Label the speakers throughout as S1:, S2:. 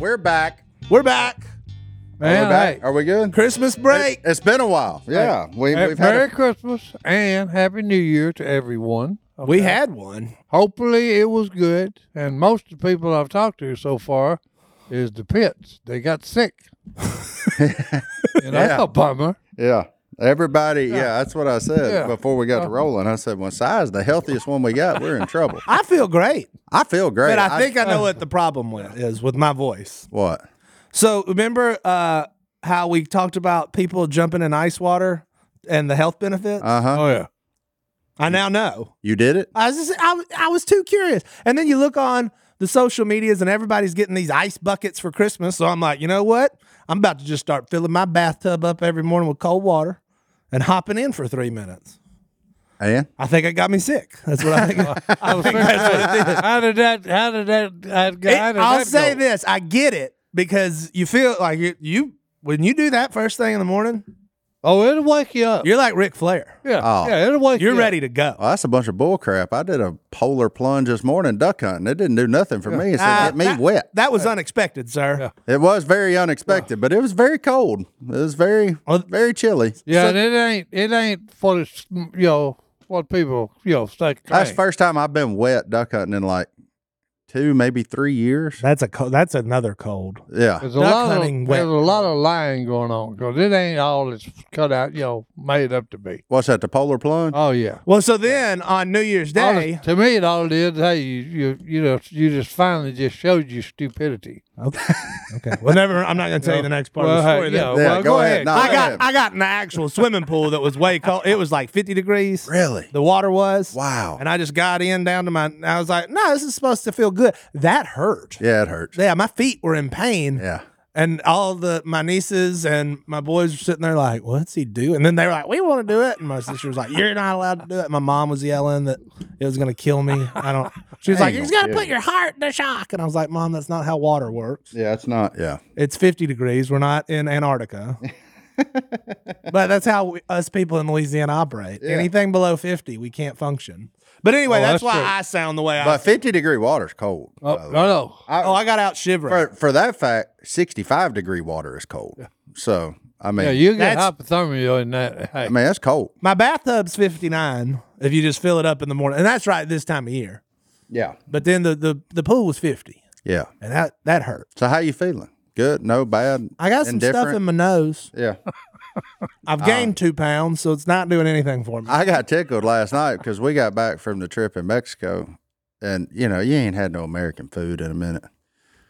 S1: We're back.
S2: We're back.
S1: Are we
S3: Man,
S1: back?
S3: hey,
S1: Are we good?
S2: Christmas break.
S1: It's been a while. Yeah. We,
S3: hey,
S1: we've
S3: Merry
S1: had
S3: Christmas and Happy New Year to everyone.
S2: We had one.
S3: Hopefully, it was good. And most of the people I've talked to so far is the pits. They got sick. and that's a bummer.
S1: a, yeah. Everybody, yeah. that's what I said
S3: Yeah.
S1: before we got to rolling. I said, when size the healthiest one we got, we're in trouble.
S2: I feel great.
S1: I feel great.
S2: But I uh, think I, know what the problem with, is with my voice.
S1: what?
S2: So remember uh, how we talked about people jumping in ice water and the health benefits?
S1: Uh huh.
S3: Oh, yeah.
S2: I now know.
S1: You did it.
S2: I was just, I, was- I was too curious. And then you look on the social medias and everybody's getting these ice buckets for Christmas. So I'm like, you know what? I'm about to just start filling my bathtub up every morning with cold water and hopping in for three minutes.
S1: And
S2: I think I got me sick. That's what I think. I think that's what it is.
S3: How did that? How did that? How did,
S2: It-
S3: how did
S2: I'll
S3: that
S2: say
S3: go?
S2: this: I get it because you feel like you, you when you do that first thing in the morning,
S3: Oh, it'll wake you up.
S2: you're like Ric Flair.
S3: yeah.
S1: Oh.
S3: Yeah, it'll wake
S2: You're
S3: you up.
S2: ready to go.
S1: well, that's a bunch of bull crap. I did a polar plunge this morning duck hunting. It didn't do nothing for me. It said,
S2: Uh,
S1: get me
S2: that,
S1: wet.
S2: That was unexpected, sir.
S1: It was very unexpected, but it was very cold. It was very,
S2: Well,
S1: very chilly.
S3: Yeah, and it ain't it ain't for the you know what people you know think.
S1: That's the
S3: ain't.
S1: first time I've been wet duck hunting in like two, maybe three years.
S2: That's a co- that's another cold.
S1: Yeah.
S3: There's a
S2: Duck
S3: lot of
S2: hunting wet.
S3: there's a lot of lying going on because it ain't all it's cut out you know made up to be.
S1: What's that? The polar plunge?
S3: Oh yeah.
S2: Well, so then on New Year's
S3: All it-
S2: Day,
S3: to me, it all did. Hey, you, you, you know, you just finally just showed your stupidity.
S2: okay, okay. Well, never. I'm not going to tell you the next part of the
S3: hey,
S2: story.
S3: yeah,
S2: then.
S1: Yeah,
S3: well,
S1: go ahead. No,
S2: I got
S1: ahead.
S2: I got in the actual swimming pool that was way cold. It was like 50 degrees.
S1: Really?
S2: The water was.
S1: Wow.
S2: And I just got in down to my. I was like, no, this is supposed to feel good. That hurt.
S1: Yeah, it hurts.
S2: yeah, my feet were in pain.
S1: Yeah.
S2: And all the my nieces and my boys were sitting there like, "What's he do?" And then they were like, "We want to do it." And my sister was like, "You're not allowed to do it." My mom was yelling that it was gonna kill me. I don't. She was like, "You
S1: no
S2: just gotta put
S1: kidding.
S2: your heart in the shock." And I was like, "Mom, that's not how water works.
S1: Yeah, it's not. Yeah.
S2: It's 50 degrees. We're not in Antarctica." but that's how we, us people in Louisiana operate. Anything below 50, we can't function. But anyway,
S3: Oh,
S2: that's,
S3: that's
S2: why
S3: true.
S2: I sound the way I.
S1: But 50 degree water's cold.
S3: Oh,
S1: by the way.
S3: no, no.
S2: oh, I got out shivering.
S1: for, for that fact, 65 degree water is cold. So, I mean,
S3: Yeah, you get
S2: That's-
S3: hypothermia in that. Hey,
S1: I mean, that's cold.
S2: My bathtub's 59 if you just fill it up in the morning. And that's right this time of year.
S1: Yeah.
S2: But then the the, the pool was 50
S1: Yeah.
S2: and that that hurt.
S1: So, how you feeling? Good? No, bad?
S2: I got some stuff in
S1: indifferent?
S2: my nose.
S1: Yeah.
S2: I've gained 2 pounds, so it's not doing anything for me.
S1: I got tickled last night because we got back from the trip in Mexico. And, you know, you ain't had no American food in a minute.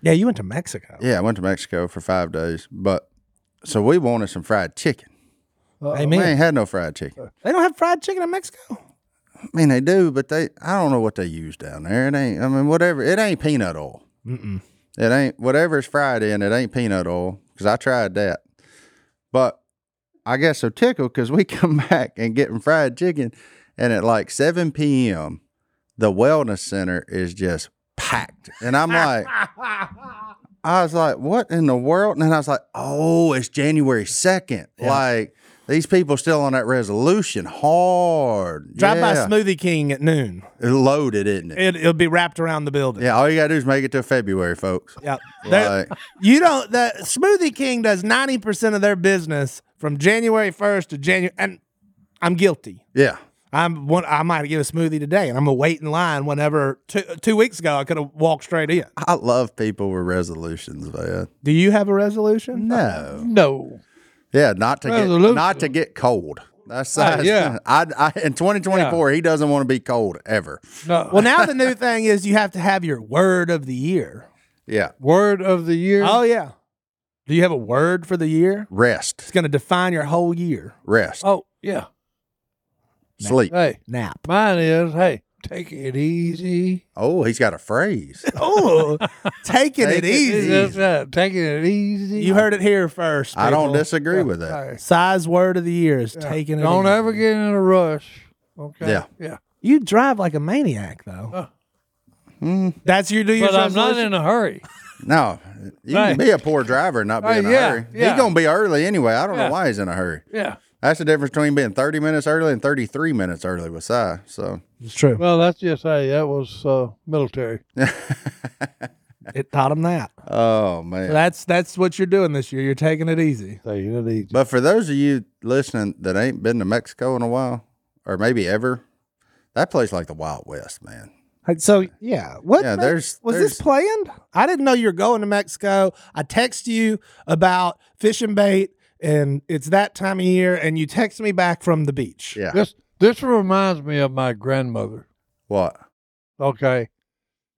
S2: yeah, you went to Mexico.
S1: Yeah, I went to Mexico for five days. But so we wanted some fried chicken. We
S2: Amen.
S1: ain't had no fried chicken.
S2: They don't have fried chicken in Mexico.
S1: I mean, they do, but they I don't know what they use down there. It ain't. I mean, whatever. It ain't peanut oil. Mm-mm. It ain't whatever it's fried in. It ain't peanut oil because I tried that. But I got so tickled because we come back and getting fried chicken, and at like seven p.m., the wellness center is just packed, and I'm like. I was like, what in the world? And then I was like, oh, it's January 2nd. Like, these people still on that resolution hard.
S2: Drive
S1: Yeah.
S2: by Smoothie King at noon.
S1: It's loaded, isn't it?
S2: It, it'll be wrapped around the building.
S1: Yeah, all you gotta do is make it till February, folks.
S2: Yep. They're-
S1: Like,
S2: You don't. The Smoothie King does ninety percent of their business from January first to January, and I'm guilty.
S1: yeah,
S2: I'm one. I might get a smoothie today, and I'm gonna wait in line. Whenever two, two weeks ago, I could have walked straight in.
S1: I love people with resolutions, man.
S2: Do you have a resolution?
S1: No,
S3: no.
S1: yeah, not to get
S3: Resolution. Uh,
S1: not to get cold. That's, that's
S3: yeah.
S1: I, I in 2024, he doesn't want to be cold ever.
S3: No.
S2: Well, now the new thing is you have to have your word of the year.
S1: Yeah,
S3: Word of the year.
S2: Oh yeah. Do you have a word for the year?
S1: rest,
S2: It's gonna define your whole year.
S1: rest.
S3: Oh, yeah.
S1: Sleep.
S3: Oh, Hey,
S2: Nap.
S3: mine is hey, take it easy.
S1: Oh, he's got a phrase.
S2: Oh, taking it
S1: Take it
S2: easy.
S3: That's right. Taking it easy.
S2: You heard it here first.
S1: I don't
S2: people.
S1: disagree with that.
S3: Hey,
S2: Size word of the year is taking it.
S3: Don't
S2: easy.
S3: ever get in a rush. Okay.
S1: Yeah.
S3: Yeah.
S2: You drive like a maniac though. That's your New Year's
S3: But I'm not
S2: resolution.
S3: in a hurry.
S1: No, you
S3: Hey.
S1: can be a poor driver and not be
S3: Hey,
S1: in a
S3: yeah,
S1: hurry.
S3: yeah.
S1: He's gonna be early anyway. I don't
S3: Yeah.
S1: know why he's in a hurry.
S3: Yeah.
S1: That's the difference between being 30 minutes early and 33 minutes early with Si. So
S2: it's true.
S3: Well, that's just hey, that was uh, military.
S2: It taught him that.
S1: Oh man.
S2: That's that's what you're doing this year. You're taking it easy.
S3: Taking it easy.
S1: but for those of you listening that ain't been to Mexico in a while, or maybe ever, that place like the Wild West, man.
S2: So yeah, what
S1: Yeah,
S2: ma-
S1: there's-
S2: was
S1: there's-
S2: this planned? I didn't know you were going to Mexico. I text you about fishing bait, and it's that time of year, and you text me back from the beach.
S1: Yeah.
S3: This this reminds me of my grandmother.
S1: What?
S3: Okay.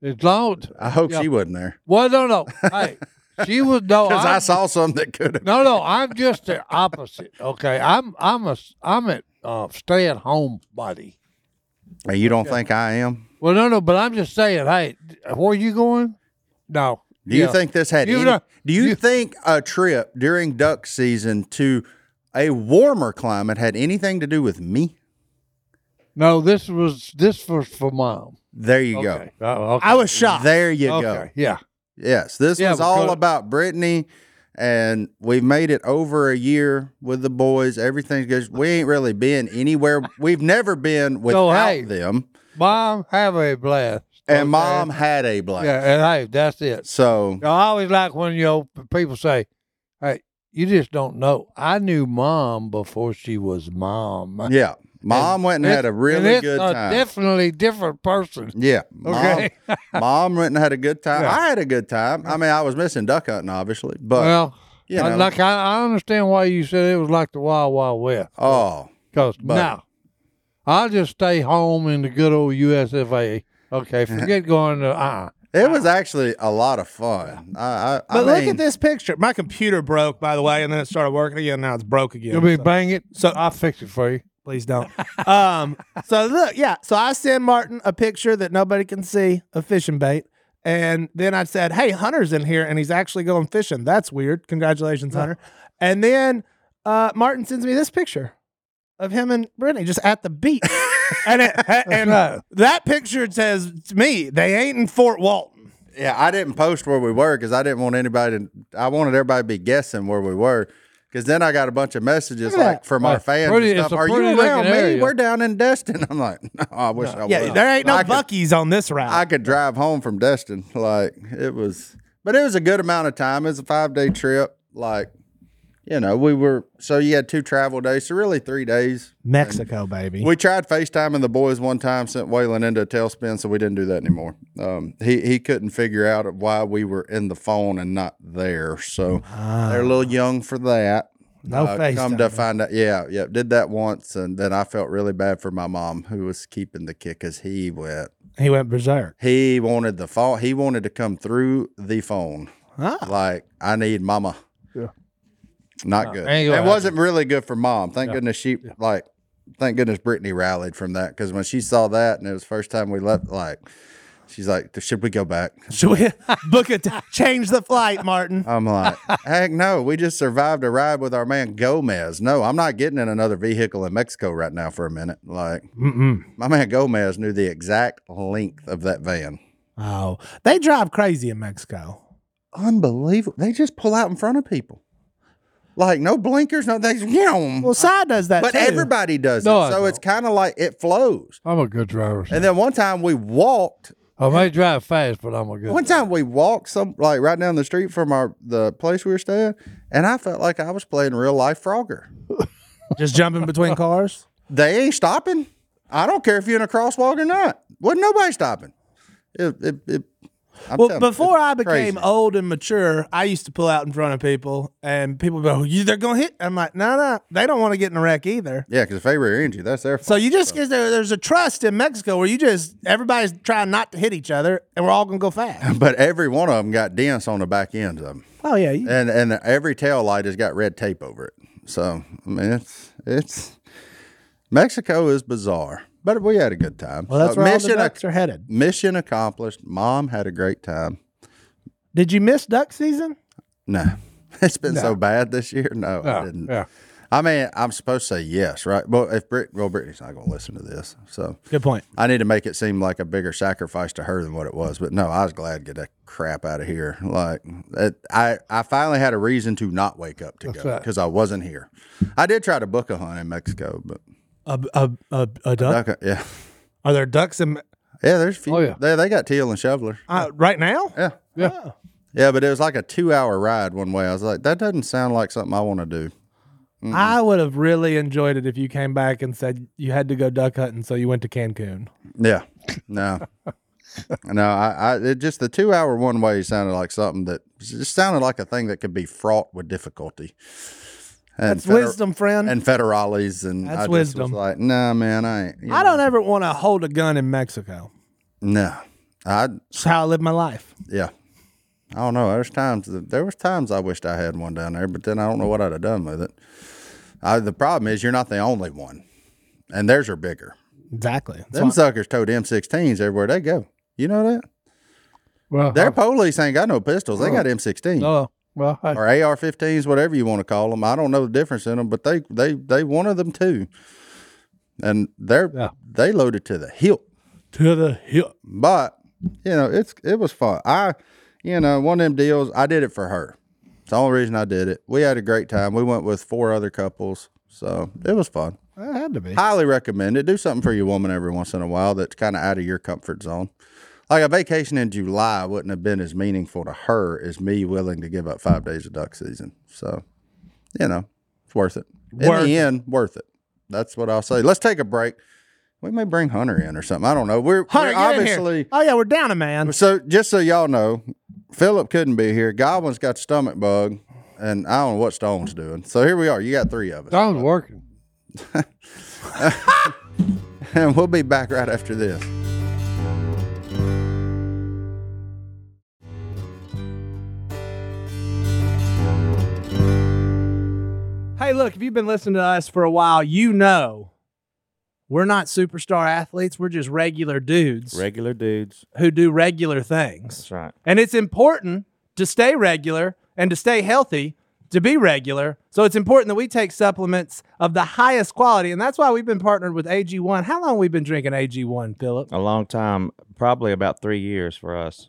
S3: As long
S1: I hope
S3: Yeah.
S1: she wasn't there
S3: well, no, no. Hey, she was no.
S1: because
S3: I'm-
S1: I saw some that could have.
S3: No, no, I'm just the opposite. Okay, I'm I'm a I'm a uh, stay at home buddy.
S1: And you don't think I am?
S3: Well, no, no, but I'm just saying. Hey, where you going? No.
S1: Do you
S3: Yeah.
S1: think this had?
S3: You've
S1: Any,
S3: done-
S1: do you,
S3: you-
S1: think a trip during duck season to a warmer climate had anything to do with me?
S3: No, this was this was for mom.
S1: There you
S3: Okay. Oh, okay.
S2: I was shocked.
S1: go. There you go.
S3: Okay. Yeah.
S1: Yes, this
S3: Yeah,
S1: was
S3: but
S1: all
S3: go-
S1: about Brittany, and we've made it over a year with the boys. Everything's good. We ain't really been anywhere. We've never been without
S3: hey.
S1: them.
S3: Mom, have a blast.
S1: And
S3: okay?
S1: mom had a blast.
S3: Yeah, and hey, that's it.
S1: So
S3: I always like when you know people say, "Hey, you just don't know." I knew mom before she was mom.
S1: yeah, mom went and
S3: It-
S1: had a really
S3: it's
S1: good
S3: a
S1: time.
S3: Definitely different person.
S1: yeah, mom,
S3: Okay.
S1: mom went and had a good time.
S3: Yeah.
S1: I had a good time. I mean, I was missing duck hunting, obviously, but
S3: well,
S1: you
S3: I-
S1: know,
S3: like I, I understand why you said it was like the Wild Wild West.
S1: oh,
S3: Because
S1: But-
S3: now, I'll just stay home in the good old USFA. Okay, forget going to uh
S1: it was actually a lot of fun. I, I,
S2: But
S1: I
S2: look
S1: mean,
S2: at this picture. My computer broke, by the way, and then it started working again. Now it's broke again.
S3: You'll be
S2: so
S3: bang it.
S2: So-
S3: I'll fix it for you.
S2: please don't. um. So look, yeah. So I send Martin a picture that nobody can see of fishing bait, and then I said, "Hey, Hunter's in here, and he's actually going fishing. That's weird. Congratulations, Hunter." And then uh, Martin sends me this picture of him and Brittany just at the beach, and it, and
S3: right.
S2: that picture says to me they ain't in Fort Walton.
S1: Yeah, I didn't post where we were because I didn't want anybody. To, I wanted everybody to be guessing where we were because then I got a bunch of messages
S2: Look at
S1: like
S2: that.
S1: from our
S3: Right.
S1: fans.
S3: Pretty-
S1: and
S3: it's
S1: stuff.
S3: a
S1: Are
S3: pretty
S1: you
S3: looking
S1: around me?
S3: area."
S1: We're down in Destin. I'm like, no, I wish I
S2: Yeah,
S1: was.
S2: there ain't no
S1: Oh, I could-
S2: Buckies on this route.
S1: I could drive home from Destin. Like it was, but it was a good amount of time. It was a five day trip. Like, you know, we were so you had two travel days, so really three days.
S2: Mexico, baby.
S1: We tried FaceTiming the boys one time, sent Waylon into a tailspin, so we didn't do that anymore. Um, he he couldn't figure out why we were in the phone and not there, so they're a little young for that.
S2: no face.
S1: Uh, come to find out, yeah, yeah, did that once, and then I felt really bad for my mom who was keeping the kid because he went.
S2: he went berserk.
S1: He wanted the phone. He wanted to come through the phone.
S3: Ah.
S1: Like I need mama.
S3: Yeah.
S1: Not good.
S3: ain't gonna
S1: It
S3: happen.
S1: wasn't really good for mom. Thank goodness she like. Thank goodness Brittany rallied from that because when she saw that and it was the first time we left, like she's like, "Should we go back?"
S2: Should we book it? Change the flight, Martin.
S1: I'm like, "Heck no! We just survived a ride with our man Gomez. No, I'm not getting in another vehicle in Mexico right now for a minute." Like my man Gomez knew the exact length of that van.
S2: Oh, they drive crazy in Mexico.
S1: Unbelievable! They just pull out in front of people, like no blinkers, no. They,
S2: Well, Sai does that
S1: But
S2: too.
S1: everybody does
S3: No,
S1: it.
S3: I
S1: So
S3: don't.
S1: it's kind of like it flows.
S3: I'm a good driver.
S1: And then one time we walked,
S3: I may drive fast, but I'm a good.
S1: one time we walked some like right down the street from our the place we were staying, and I felt like I was playing real life Frogger.
S2: just jumping between cars.
S1: They ain't stopping. I don't care if you're in a crosswalk or not. Wasn't nobody stopping. It, it, it, I'm
S2: Well,
S1: telling you,
S2: before
S1: it's
S2: I became
S1: crazy.
S2: old and mature, I used to pull out in front of people, and people would go, "You- "They're gonna hit." I'm like, "No, no, they don't want to get in a wreck either."
S1: yeah, because if they were injured, that's their fault.
S2: So you just because there, there's a trust in Mexico where you just everybody's trying not to hit each other, and we're all gonna go fast.
S1: but every one of them got dents on the back end of them,
S2: oh yeah, you,
S1: and and every tail light has got red tape over it. So I mean, it's it's Mexico is bizarre, but we had a good time.
S2: Well, that's
S1: Uh,
S2: where all the
S1: mission, ac-
S2: ducks are headed.
S1: mission accomplished. Mom had a great time.
S2: Did you miss duck season?
S1: No, it's been so bad this year. No, I
S3: Yeah,
S1: didn't.
S3: yeah.
S1: I mean, I'm supposed to say yes, right? But if Brit, well, Brittany's not going to listen to this, so
S2: Good point.
S1: I need to make it seem like a bigger sacrifice to her than what it was. But no, I was glad to get that crap out of here. Like it, I, I finally had a reason to not wake up to go
S3: right.
S1: because I wasn't here. I did try to book a hunt in Mexico, but
S2: A, a, a, a duck?
S1: okay, yeah,
S2: Are there ducks in
S1: yeah. There's a few.
S3: Oh, yeah.
S1: They, they got teal and shoveler.
S2: uh, right now?
S1: Yeah.
S3: Yeah.
S1: Yeah, but it was like a two hour ride one way. I was like, that doesn't sound like something I want to do.
S2: I would have really enjoyed it if you came back and said you had to go duck hunting, so you went to Cancun.
S1: Yeah. No. no, I, I it just the two hour one way sounded like something that it just sounded like a thing that could be fraught with difficulty. And
S2: That's wisdom, friend.
S1: And federales and
S2: Mm-hmm. That's
S1: I just
S2: wisdom.
S1: was like, nah, man, I ain't you
S2: I
S1: know,
S2: don't ever want to hold a gun in Mexico.
S1: No. I
S2: It's how I live my life.
S1: yeah. I don't know. There's times that, there was times I wished I had one down there, but then I don't know what I'd have done with it. I, the problem is you're not the only one. And theirs are bigger.
S2: Exactly.
S1: Them suckers towed M16s everywhere they go. You know that?
S3: Well,
S2: Oh.
S1: Their
S3: I-
S1: police ain't got no pistols. They got M16
S3: no. Well, I,
S1: or AR-15s, whatever you want to call them. I don't know the difference in them, but they they they wanted them too, and they're
S3: Yeah.
S1: they loaded to the hilt.
S2: to the hip.
S1: But you know, it's it was fun. I you know one of them deals. I did it for her. It's the only reason I did it. We had a great time. We went with four other couples, so it was fun.
S3: I had to be.
S1: Highly recommend it. Do something for your woman every once in a while that's kind of out of your comfort zone. Like a vacation in July wouldn't have been as meaningful to her as me willing to give up five days of duck season. So, you know, it's worth it.
S2: Worth
S1: in
S2: it.
S1: the end, worth it. That's what I'll say. Let's take a break. We may bring Hunter in or something. I don't know. We're, we're
S2: Hunter, get in here.
S1: obviously
S2: Oh yeah, we're down a man.
S1: so. Just so y'all know, Philip couldn't be here. Godwin's got the stomach bug, and I don't know what Stone's doing. So here we are. You got three of us.
S3: Don's working.
S1: and we'll be back right after this.
S2: Hey, look, if you've been listening to us for a while, you know we're not superstar athletes. We're just regular dudes
S4: Regular dudes.
S2: who do regular things.
S4: That's right.
S2: And it's important to stay regular and to stay healthy to be regular. So it's important that we take supplements of the highest quality. And that's why we've been partnered with AG1. How long have we been drinking AG1, Philip?
S4: A long time, probably about three years for us.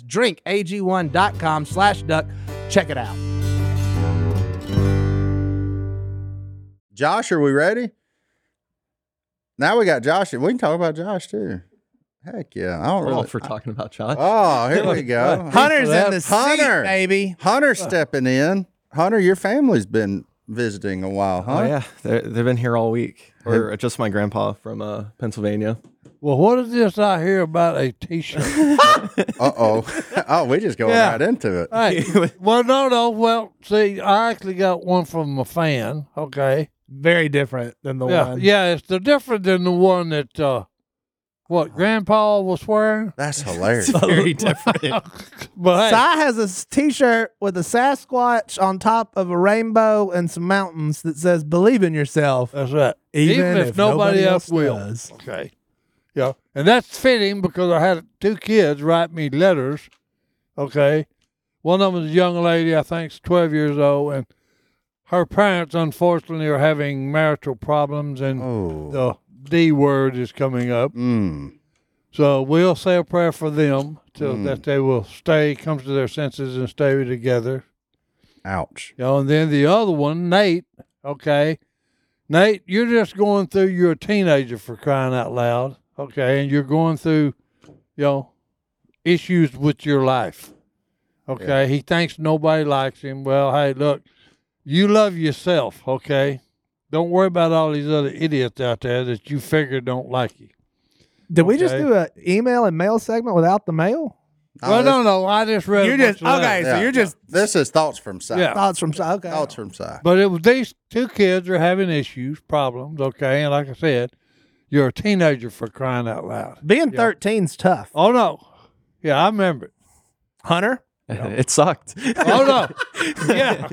S2: drinkag1.com slash duck. Check it out.
S1: Josh, are we ready? Now we got Josh. We can talk about Josh too. Heck yeah! I don't
S5: We're all
S1: really.
S5: Oh, for talking about Josh.
S1: Oh, here we go.
S2: Hunter's in
S1: Hunter.
S2: the seat,
S1: Hunter.
S2: baby.
S1: Hunter stepping in. Hunter, your family's been visiting a while, huh?
S5: Oh yeah, They're, they've been here all week. Or just my grandpa from uh, Pennsylvania.
S3: Well, what is this I hear about a T-shirt?
S1: Uh oh. oh, we just going
S3: Yeah. Uh,
S1: right into it.
S3: hey, well, no, no. Well, see, I actually got one from a fan. Okay.
S2: Very different than the
S3: yeah,
S2: one.
S3: yeah. It's the different than the one that uh, what Grandpa was wearing.
S1: That's hilarious.
S5: Very different.
S3: But hey,
S2: Sai has a s- t-shirt with a Sasquatch on top of a rainbow and some mountains that says "Believe in yourself,
S3: that's right.
S2: Uh, even, if, nobody, else, will."
S3: Okay. Yeah, and that's fitting because I had two kids write me letters. Okay, one of them is a young lady, I think's twelve years old, and her parents unfortunately are having marital problems, and
S1: Oh.
S3: the D word is coming up.
S1: Mm.
S3: So we'll say a prayer for them till that they will stay, come to their senses, and stay together.
S1: Ouch.
S3: You know, and then the other one, Nate. Okay, Nate, you're just going through. You're a teenager for crying out loud. Okay, and you're going through, you know, issues with your life. Okay, he thinks nobody likes him. Well, hey, look, you love yourself. Okay, don't worry about all these other idiots out there that you figure don't like you.
S2: Did we just
S3: Okay.
S2: do an email and mail segment without the mail?
S3: well, no, no, I just read.
S2: You
S3: a bunch
S2: just-
S3: of
S2: okay.
S3: letters.
S2: so you're just-
S1: This is thoughts from side.
S3: Yeah.
S2: Thoughts from Sai. Okay,
S1: Thoughts from side.
S3: But it was these two kids are having issues, problems, okay? And like I said, you're a teenager for crying out loud.
S2: being 13's tough.
S3: Oh no. Yeah, I remember it.
S2: Hunter,
S5: it sucked.
S3: Oh no. yeah.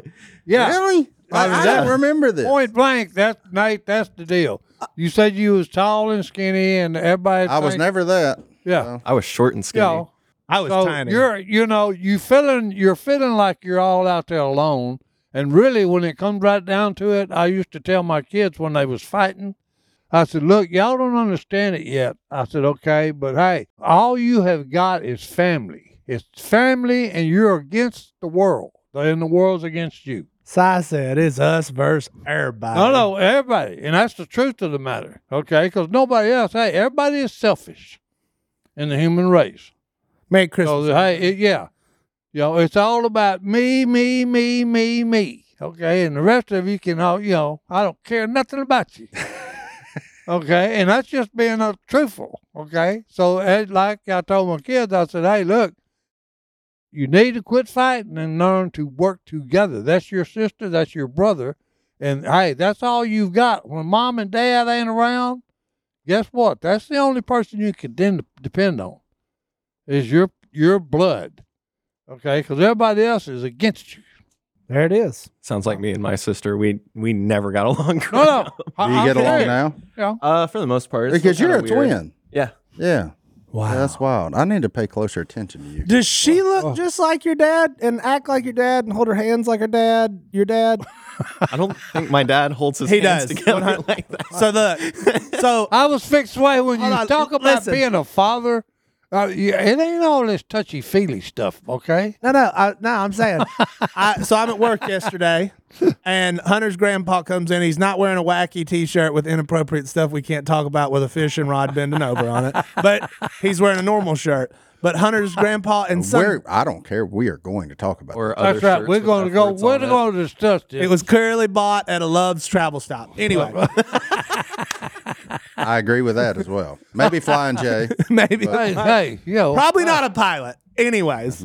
S3: Yeah.
S1: Really? I,
S3: I was
S1: I don't
S3: there.
S1: remember this.
S3: Point blank, that's Nate, that's the deal. You said you was tall and skinny and everybody
S1: I was
S3: think-
S1: never that.
S3: Yeah.
S1: so.
S5: I was short and skinny.
S3: Yeah.
S2: I was
S3: so
S2: tiny.
S3: you're you know you feeling you're feeling like you're all out there alone and really when it comes right down to it i used to tell my kids when they was fighting i said look y'all don't understand it yet i said okay but hey all you have got is family it's family and you're against the world and the world's against you
S2: Sai said, "It's us versus everybody."
S3: no no everybody and that's the truth of the matter okay because nobody else hey everybody is selfish in the human race
S2: Merry Christmas.
S3: so, hey, it, yeah. You know, it's all about me, me, me, me, me. Okay. And the rest of you can all, you know, I don't care nothing about you. okay. And that's just being uh, truthful. Okay. So, as, like I told my kids, I said, hey, look, you need to quit fighting and learn to work together. That's your sister, that's your brother. And hey, that's all you've got. When mom and dad ain't around, guess what? That's the only person you can then depend on is your your blood, okay? Because everybody else is against you.
S2: there it is.
S5: Sounds like me and my sister. We we never got along.
S3: No, no.
S1: Do you
S3: I'm
S1: get along
S3: serious.
S1: now?
S5: Uh, for the most part, it's
S1: Because
S5: kinda
S1: you're a
S5: weird.
S1: twin.
S5: Yeah.
S1: Yeah.
S2: Wow.
S1: Yeah, That's wild. I need to pay closer attention to you.
S2: Does she look just like your dad and act like your dad and hold her hands like her dad? Your dad.
S5: I don't think my dad holds his
S2: He
S5: hands
S2: does.
S5: together like that.
S2: so look. So
S3: I was fixed way when you
S2: Hold on,
S3: talk about
S2: listen.
S3: being a father. Uh, you, it ain't all this touchy feely stuff, okay?
S2: No, no, I, no. I'm saying, I, so I'm at work yesterday, and Hunter's grandpa comes in. He's not wearing a wacky T-shirt with inappropriate stuff we can't talk about with a fishing rod bending over on it, but he's wearing a normal shirt. But Hunter's grandpa and son,
S1: We're, I don't care. We are going to talk about
S5: Or other
S3: That's right.
S5: shirts
S3: We're
S5: with
S3: going to go.
S5: efforts
S3: We're
S5: on it.
S3: going to discuss this.
S2: it was clearly bought at a Love's travel stop. Anyway,
S1: it. I agree with that as well. Maybe Flying Jay.
S2: maybe
S3: hey, hey, yo,
S2: probably not a pilot. Anyways,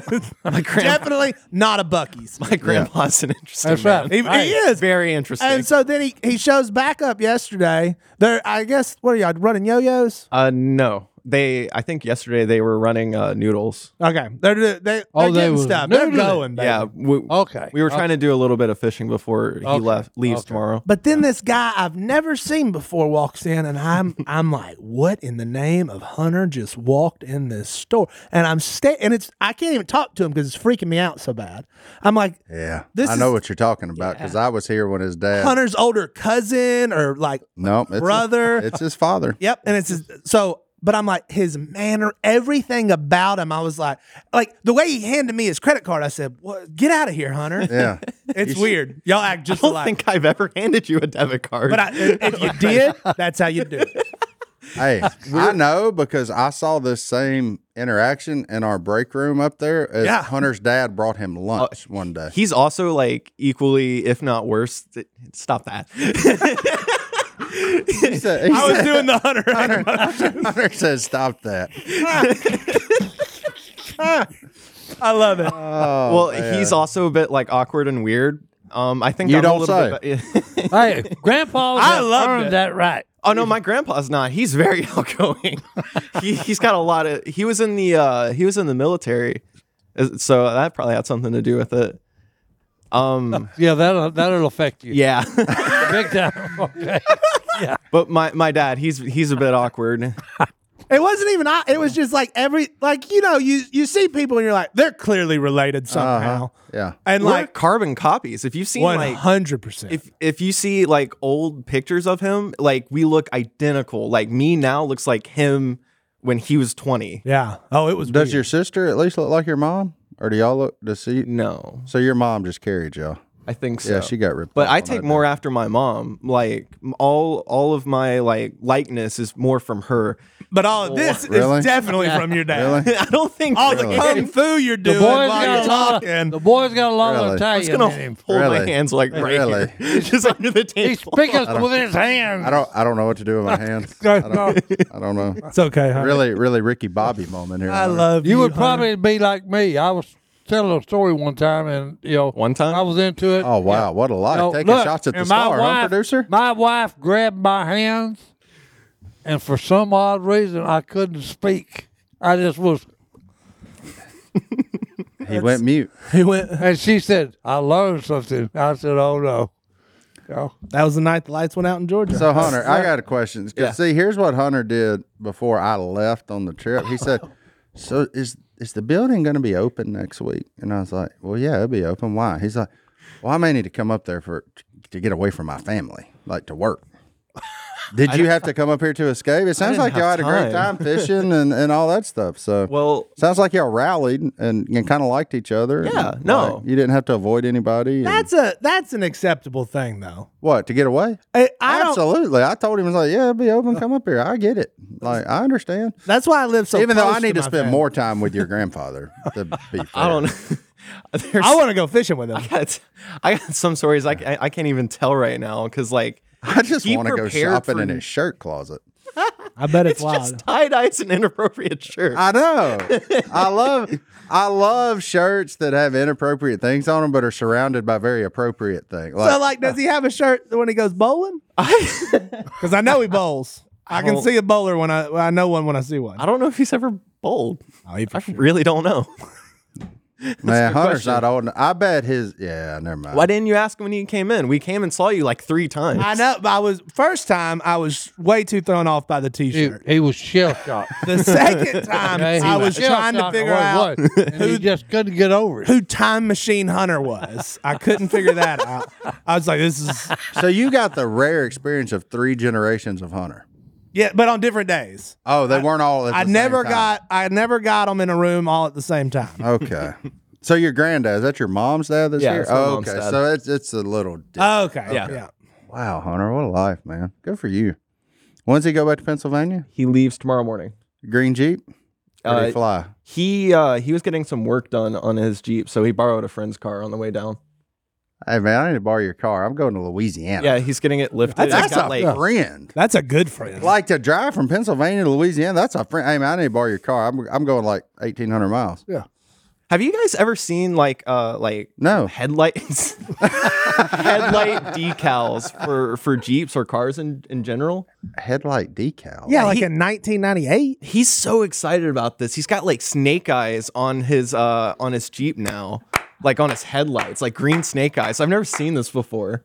S2: definitely not a Bucky's.
S5: My grandpa's an interesting.
S3: That's
S5: man.
S3: right.
S2: He, he is
S5: Very interesting.
S2: And so then he, he shows back up yesterday. There, I guess. What are y'all running yo-yos?
S5: uh, no, They, I think yesterday they were running uh, noodles.
S2: Okay, they're they, they're
S3: Oh, they
S2: getting
S3: was
S2: stuff. They're going,
S3: noodling.
S2: baby.
S5: Yeah, we,
S3: Okay.
S5: we were trying to do a little bit of fishing before he
S3: Okay.
S5: left leaves
S3: Okay.
S5: tomorrow.
S2: But then this guy I've never seen before walks in, and I'm I'm like, what in the name of Hunter just walked in this store? And I'm sta- and it's I can't even talk to him because it's freaking me out so bad. I'm like,
S1: Yeah,
S2: This
S1: I know
S2: is-
S1: what you're talking about because I was here when his dad.
S2: Hunter's older cousin or like,
S1: nope, it's his-
S2: brother.
S1: it's his father.
S2: yep. And it's just, so, but I'm like his manner, everything about him. I was like, like the way he handed me his credit card. I said, "What? Get out of here, Hunter."
S1: Yeah,
S2: It's weird. Y'all act
S5: I
S2: just
S5: don't
S2: alike.
S5: think I've ever handed you a debit card.
S2: but I, if you did, that's how you do it.
S1: hey, I know because I saw this same interaction in our break room up there. As
S2: Yeah.
S1: Hunter's dad brought him lunch one day.
S5: He's also like equally, if not worse. th- Stop that.
S1: He said, he
S2: I was
S1: said-
S2: doing the Hunter.
S1: Hunter said, "Stop that."
S2: I love it.
S5: well, he's also a bit like awkward and weird. Um, I think
S1: You
S5: I'm
S1: don't
S5: a little bit.
S3: Hey, Grandpa,
S2: I
S3: I
S2: loved
S3: earned
S2: it.
S3: that right.
S5: Oh no, my grandpa's not. He's very outgoing. he, he's got a lot of. He was in the uh, he was in the military, Is- so that probably had something to do with it. Um,
S3: Yeah, that'll that'll affect you.
S5: yeah,
S3: Big time. Okay.
S5: but my my dad, he's he's a bit awkward.
S2: It wasn't even. I- It was just like every like you know you you see people and you're like they're clearly related somehow.
S1: Yeah,
S2: And
S5: We're
S2: like
S5: carbon copies. If you've seen
S2: one
S5: like
S2: hundred percent.
S5: if if you see like old pictures of him, like we look identical. Like me now looks like him when he was twenty.
S2: Yeah. Oh, it was.
S1: does
S2: Does
S1: your sister at least look like your mom, or do y'all look? Does she?
S5: No,
S1: So your mom just carried y'all.
S5: I think so.
S1: Yeah, she got ripped.
S5: But
S1: off
S5: I
S1: on
S5: take
S1: that
S5: more after my mom. Like m- all all of my like likeness is more from her.
S2: but all of this
S1: Really?
S2: is definitely from your dad.
S1: Really?
S5: I don't think
S2: All
S5: really.
S2: the kung fu you're
S3: The
S2: doing
S3: boy's
S2: while
S3: got
S2: you're
S3: a lot. Of,
S2: talking.
S3: the boy's got a lot
S1: Really?
S3: of
S1: I
S5: It's
S3: Italian
S5: gonna
S3: in him.
S5: hold my
S1: Really?
S5: hands like right
S1: Really?
S5: here, just under the
S3: He
S5: table.
S3: speaks with his hand.
S1: I don't. I don't know what to do with my hands. I don't, I don't know.
S2: It's okay. Huh?
S1: Really, really Ricky Bobby moment here.
S2: I love you.
S3: You would
S2: Hunter.
S3: probably be like me. I was telling a story one time, and you know,
S5: One time?
S3: I was into it.
S1: Oh wow, what a life!
S3: You know,
S1: Taking
S3: look,
S1: shots at the
S3: and my
S1: star, huh,
S3: wife-
S1: producer?
S3: My wife grabbed my hands, and for some odd reason, I couldn't speak. I just was,
S1: He went mute.
S2: He went.
S3: and she said, "I learned something." I said, "Oh no." You know,
S2: That was the night the lights went out in Georgia.
S1: So Hunter, I got a question. 'Cause,
S5: Yeah.
S1: See, here's what Hunter did before I left on the trip. He said, "So is is the building going to be open next week?" And I was like, "Well, yeah, it'll be open. Why?" He's like, "Well, I may need to come up there for to get away from my family, like to work." Did you have to come up here to escape? It sounds
S5: didn't
S1: like y'all had
S5: have
S1: a great time
S5: time.
S1: fishing and, and all that stuff. So
S5: Well,
S1: sounds like y'all rallied and, and kind of liked each other. and,
S5: Yeah,
S1: like,
S5: no.
S1: you didn't have to avoid anybody. and-
S2: that's a that's an acceptable thing though.
S1: what to get away?
S2: I, I don't.
S1: Absolutely. I told him, I was like, yeah, it'd be open. Come up here. I get it. Like, I understand.
S2: That's why I live so.
S1: Even though
S2: close
S1: I need to
S2: my
S1: spend
S2: family.
S1: more time with your grandfather, to be fair.
S5: I don't know. There's,
S2: I want to go fishing with him.
S5: I got, I got some stories I, ca- I can't even tell right now because like
S1: I just
S5: He
S1: want to go
S5: prepared
S1: shopping
S5: for-
S1: in his shirt closet.
S2: I bet it's,
S5: it's
S2: wild.
S5: just tie dyes and inappropriate shirt.
S1: I know. I love I love shirts that have inappropriate things on them, but are surrounded by very appropriate things. Like,
S2: So, like, does he have a shirt when he goes bowling?
S5: I,
S2: Because I know he bowls. I can
S5: don't-
S2: see a bowler when I I know one when I see one.
S5: I don't know if he's ever bowled.
S2: Oh, he for
S5: I really don't know.
S1: man, Hunter's
S5: question.
S1: not old. en- I bet his yeah, never mind.
S5: Why didn't you ask when you came in? We came and saw you like three times.
S2: I know. But I was first time. I was way too thrown off by the
S3: he,
S2: T-shirt.
S3: he was shell shocked.
S2: The second time,
S3: Okay, he
S2: I was trying to
S3: shell-shocked
S2: figure
S3: what it
S2: out
S3: was, and he just couldn't get over it.
S2: who Time Machine Hunter was. I couldn't figure that out. I was like, this is
S1: So you got the rare experience of three generations of Hunter.
S2: yeah, but on different days.
S1: Oh, they weren't all at the
S2: I
S1: same
S2: never
S1: time.
S2: got. I never got them in a room all at the same time.
S1: Okay. So your granddad, is that your mom's dad that's
S5: Yeah,
S1: here?
S5: it's my
S1: oh,
S5: mom's
S1: okay.
S5: dad. Oh.
S1: So it's it's a little different.
S2: Okay. Yeah. yeah.
S1: Wow, Hunter, what a life, man. Good for you. When's he go back to Pennsylvania?
S5: He leaves tomorrow morning.
S1: Green Jeep? Or did he
S5: Uh,
S1: fly?
S5: He uh, he was getting some work done on his jeep, so he borrowed a friend's car on the way down.
S1: Hey man, I need to borrow your car. I'm going to Louisiana.
S5: Yeah, he's getting it lifted.
S1: That's,
S5: It's got,
S1: a
S5: like,
S1: friend.
S2: That's a good friend.
S1: Like to drive from Pennsylvania to Louisiana, that's a friend. Hey man, I need to borrow your car. I'm I'm going like eighteen hundred miles.
S5: Have you guys ever seen like uh like
S1: No.
S5: headlights headlight decals for for Jeeps or cars in, in general?
S1: Headlight decal.
S2: Yeah, like in 1998.
S5: He's so excited about this. He's got like snake eyes on his uh on his Jeep now. Like on his headlights, like green snake eyes. I've never seen this before.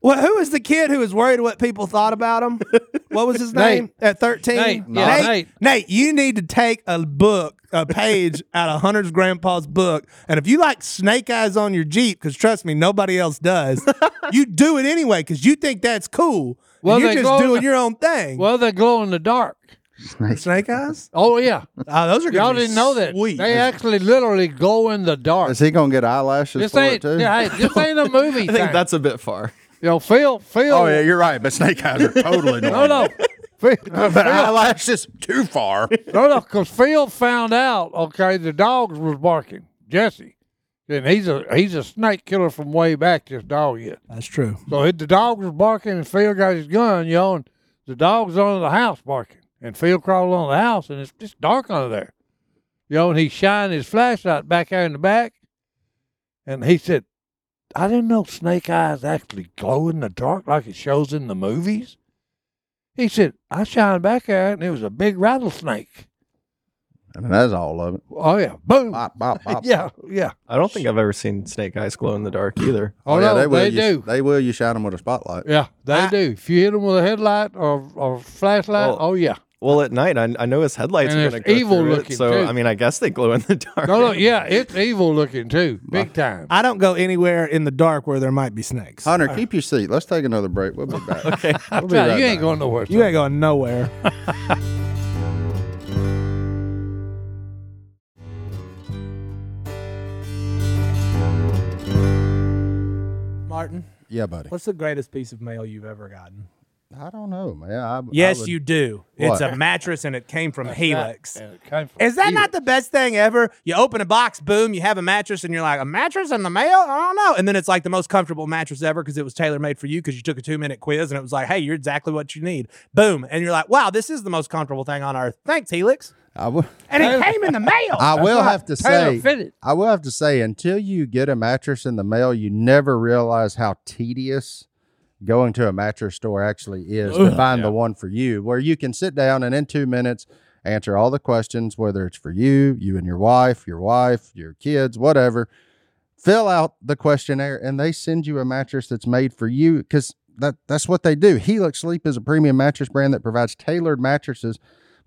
S2: Well, who was the kid who was worried what people thought about him? What was his name at 13?
S3: Nate. Yeah,
S2: Nate,
S3: Nate.
S2: Nate, you need to take a book, a page out of Hunter's grandpa's book. And if you like snake eyes on your Jeep, because trust me, nobody else does, you do it anyway because you think that's cool.
S3: Well,
S2: You're
S3: they
S2: just
S3: go-
S2: doing your own thing.
S3: Well, they glow in the dark.
S2: Snake eyes?
S3: Oh yeah,
S2: Oh, those are gonna
S3: y'all
S2: be
S3: didn't know that.
S2: Sweet.
S3: They actually literally glow in the dark.
S1: Is he gonna get eyelashes
S3: This
S1: for
S3: ain't,
S1: it too?
S3: yeah, hey, this ain't a movie.
S5: I think that's a bit far.
S3: you know, Phil. Phil.
S1: Oh yeah, you're right. But snake eyes are totally
S3: No,
S1: normal.
S3: no, Phil,
S1: But eyelashes too far.
S3: no, no, because Phil found out. Okay, the dogs was barking. Jesse, and he's a he's a snake killer from way back. This dog is.
S2: That's true.
S3: So it, the dog was barking, and Phil got his gun, you know, and the dog's under the house barking. And Phil crawled on the house, and it's just dark under there. You know, and he shined his flashlight back there in the back, and he said, I didn't know snake eyes actually glow in the dark like it shows in the movies. He said, I shined back there, and it was a big rattlesnake.
S1: I mean, that's all of it.
S3: Oh, yeah. Boom.
S1: Bop, bop, bop.
S3: Yeah, Oh, yeah.
S5: I don't think I've ever seen snake eyes glow in the dark either.
S3: Oh, no,
S1: will.
S3: they,
S1: you,
S3: do.
S1: They will. You shine them with a spotlight.
S3: yeah, they
S2: I-
S3: do. If you hit them with a headlight or, or flashlight,
S5: Well,
S3: oh, yeah.
S5: Well, at night, I, I know his headlights
S3: And
S5: are
S3: it's
S5: going to go
S3: evil
S5: through it,
S3: looking,
S5: so
S3: too.
S5: I mean, I guess they glow in the dark.
S3: No, no, yeah, it's evil looking too, big time.
S2: I don't go anywhere in the dark where there might be snakes.
S1: Hunter, keep your seat. Let's take another break. We'll be back. okay. We'll be
S3: Tell you,
S1: right
S3: you ain't
S1: back.
S3: going nowhere.
S2: You ain't going nowhere. Martin,
S1: Yeah, buddy.
S2: what's the greatest piece of mail you've ever gotten?
S1: I don't know, man. I, I
S2: Yes,
S1: would-
S2: you do. It's
S1: What?
S2: a mattress and it came from Helix.
S3: And it came from
S2: Is that
S3: evil.
S2: not the best thing ever? You open a box, boom, you have a mattress, and you're like, a mattress in the mail? I don't know. And then it's like the most comfortable mattress ever because it was tailor made for you because you took a two minute quiz and it was like, hey, you're exactly what you need. Boom. And you're like, wow, this is the most comfortable thing on earth. Thanks, Helix.
S1: I would.
S2: And it came in the mail.
S1: I will have to
S3: Taylor
S1: say,
S3: fitted.
S1: I will have to say, until you get a mattress in the mail, you never realize how tedious going to a mattress store actually is to find the one for you, where you can sit down and in two minutes answer all the questions, whether it's for you, you and your wife, your wife, your kids, whatever. Fill out the questionnaire, and they send you a mattress that's made for you because that that's what they do. Helix Sleep is a premium mattress brand that provides tailored mattresses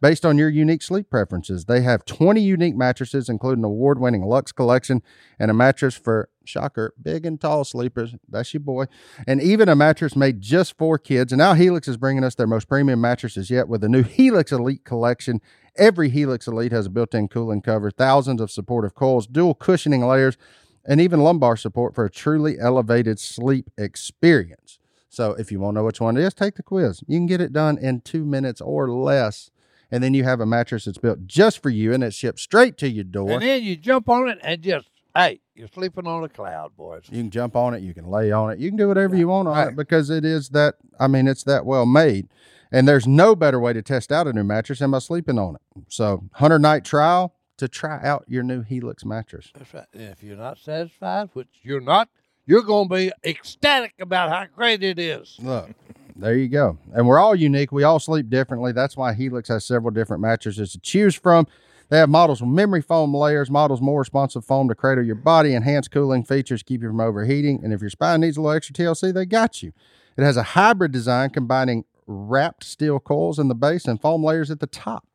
S1: based on your unique sleep preferences. They have 20 unique mattresses, including award winning Lux Collection and a mattress for, shocker, big and tall sleepers. That's your boy. And even a mattress made just for kids. And now Helix is bringing us their most premium mattresses yet with the new Helix Elite Collection. Every Helix Elite has a built in cooling cover, thousands of supportive coils, dual cushioning layers, and even lumbar support for a truly elevated sleep experience. So, if you want to know which one it is, take the quiz. You can get it done in two minutes or less and then you have a mattress that's built just for you and it's shipped straight to your door.
S3: And then you jump on it and just, hey, you're sleeping on a cloud, boys.
S1: You can jump on it, you can lay on it, you can do whatever you want on it because it is that, I mean, it's that well made. And there's no better way to test out a new mattress than by sleeping on it. So, 100 night trial to try out your new Helix mattress.
S3: That's right. And if you're not satisfied, which you're not, you're going to be ecstatic about how great it is.
S1: Look, there you go. And we're all unique. We all sleep differently. That's why Helix has several different mattresses to choose from. They have models with memory foam layers, models more responsive foam to cradle your body, enhanced cooling features keep you from overheating. And if your spine needs a little extra TLC, they got you. It has a hybrid design combining wrapped steel coils in the base and foam layers at the top.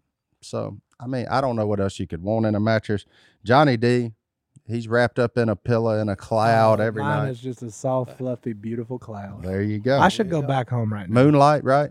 S1: So, I mean, I don't know what else you could want in a mattress. Johnny D, he's wrapped up in a pillow in a cloud every
S2: Oh, Mine
S1: night.
S2: is just a soft, fluffy, beautiful cloud.
S1: there you go.
S2: I should go back home right now.
S1: Moonlight, right?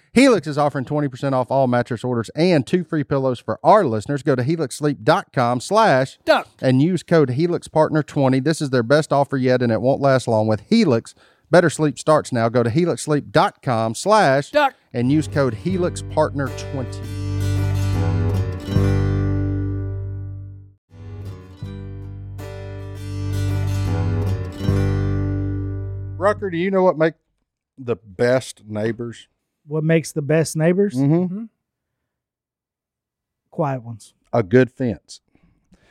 S1: Helix is offering 20% off all mattress orders and two free pillows for our listeners. Go to helixsleep.com slash
S3: Duck.
S1: and use code HelixPartner20. This is their best offer yet, and it won't last long with Helix. Better sleep starts now. Go to helixsleep.com slash
S3: Duck.
S1: and use code HelixPartner20. Rucker, do you know what make the best neighbors?
S6: What makes the best neighbors?
S1: Mm-hmm.
S6: Quiet ones.
S1: A good fence.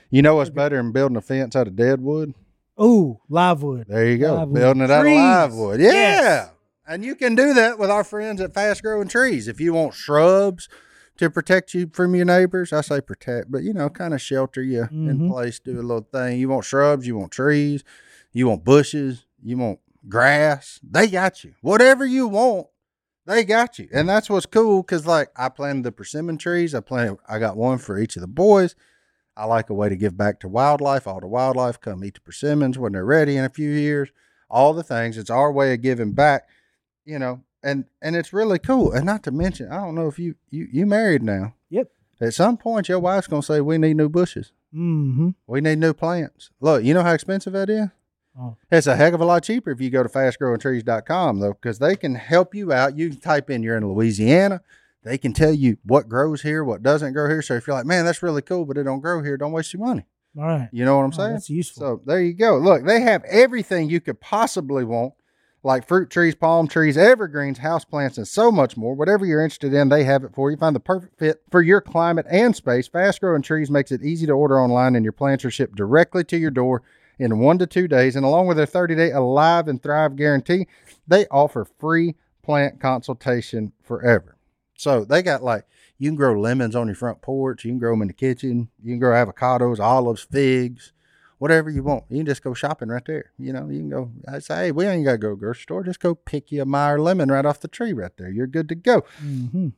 S1: You know what's better than building a fence out of dead wood?
S6: Ooh, live wood.
S1: There you go.
S6: Live wood.
S1: Building it out
S6: Trees.
S1: of live wood. Yeah.
S6: Yes.
S1: And you can do that with our friends at Fast Growing Trees. If you want shrubs to protect you from your neighbors, I say protect, but you know, kind of shelter you in
S6: Mhm.
S1: place, do a little thing. You want shrubs, you want trees, you want bushes, you want grass. They got you. Whatever you want, they got you. And that's what's cool because, like, I planted the persimmon trees. I planted, I got one for each of the boys. I like a way to give back to wildlife. All the wildlife come eat the persimmons when they're ready in a few years. All the things. It's our way of giving back, you know. And and it's really cool. And not to mention, I don't know if you you you married now.
S6: Yep.
S1: At some point, your wife's gonna say, "We need new bushes.
S6: Mm-hmm.
S1: We need new plants." Look, you know how expensive that is.
S6: Oh.
S1: It's a heck of a lot cheaper if you go to fastgrowingtrees.com though, because they can help you out. You can type in you're in Louisiana. They can tell you what grows here, what doesn't grow here. So if you're like, man, that's really cool, but it don't grow here, don't waste your money.
S6: All right.
S1: You know what I'm
S6: Oh,
S1: saying?
S6: that's useful.
S1: So there you go. Look, they have everything you could possibly want, like fruit trees, palm trees, evergreens, houseplants, and so much more. Whatever you're interested in, they have it for you. Find the perfect fit for your climate and space. Fast growing trees makes it easy to order online, and your plants are shipped directly to your door in one to two days. And along with their 30 day Alive and Thrive guarantee, they offer free plant consultation forever. So they got like you can grow lemons on your front porch, you can grow them in the kitchen, you can grow avocados, olives, figs, whatever you want. You can just go shopping right there. You know, you can go. I say, hey, we ain't gotta go to the grocery store. Just go pick you a Meyer lemon right off the tree right there. You're good to go.
S6: Mm-hmm.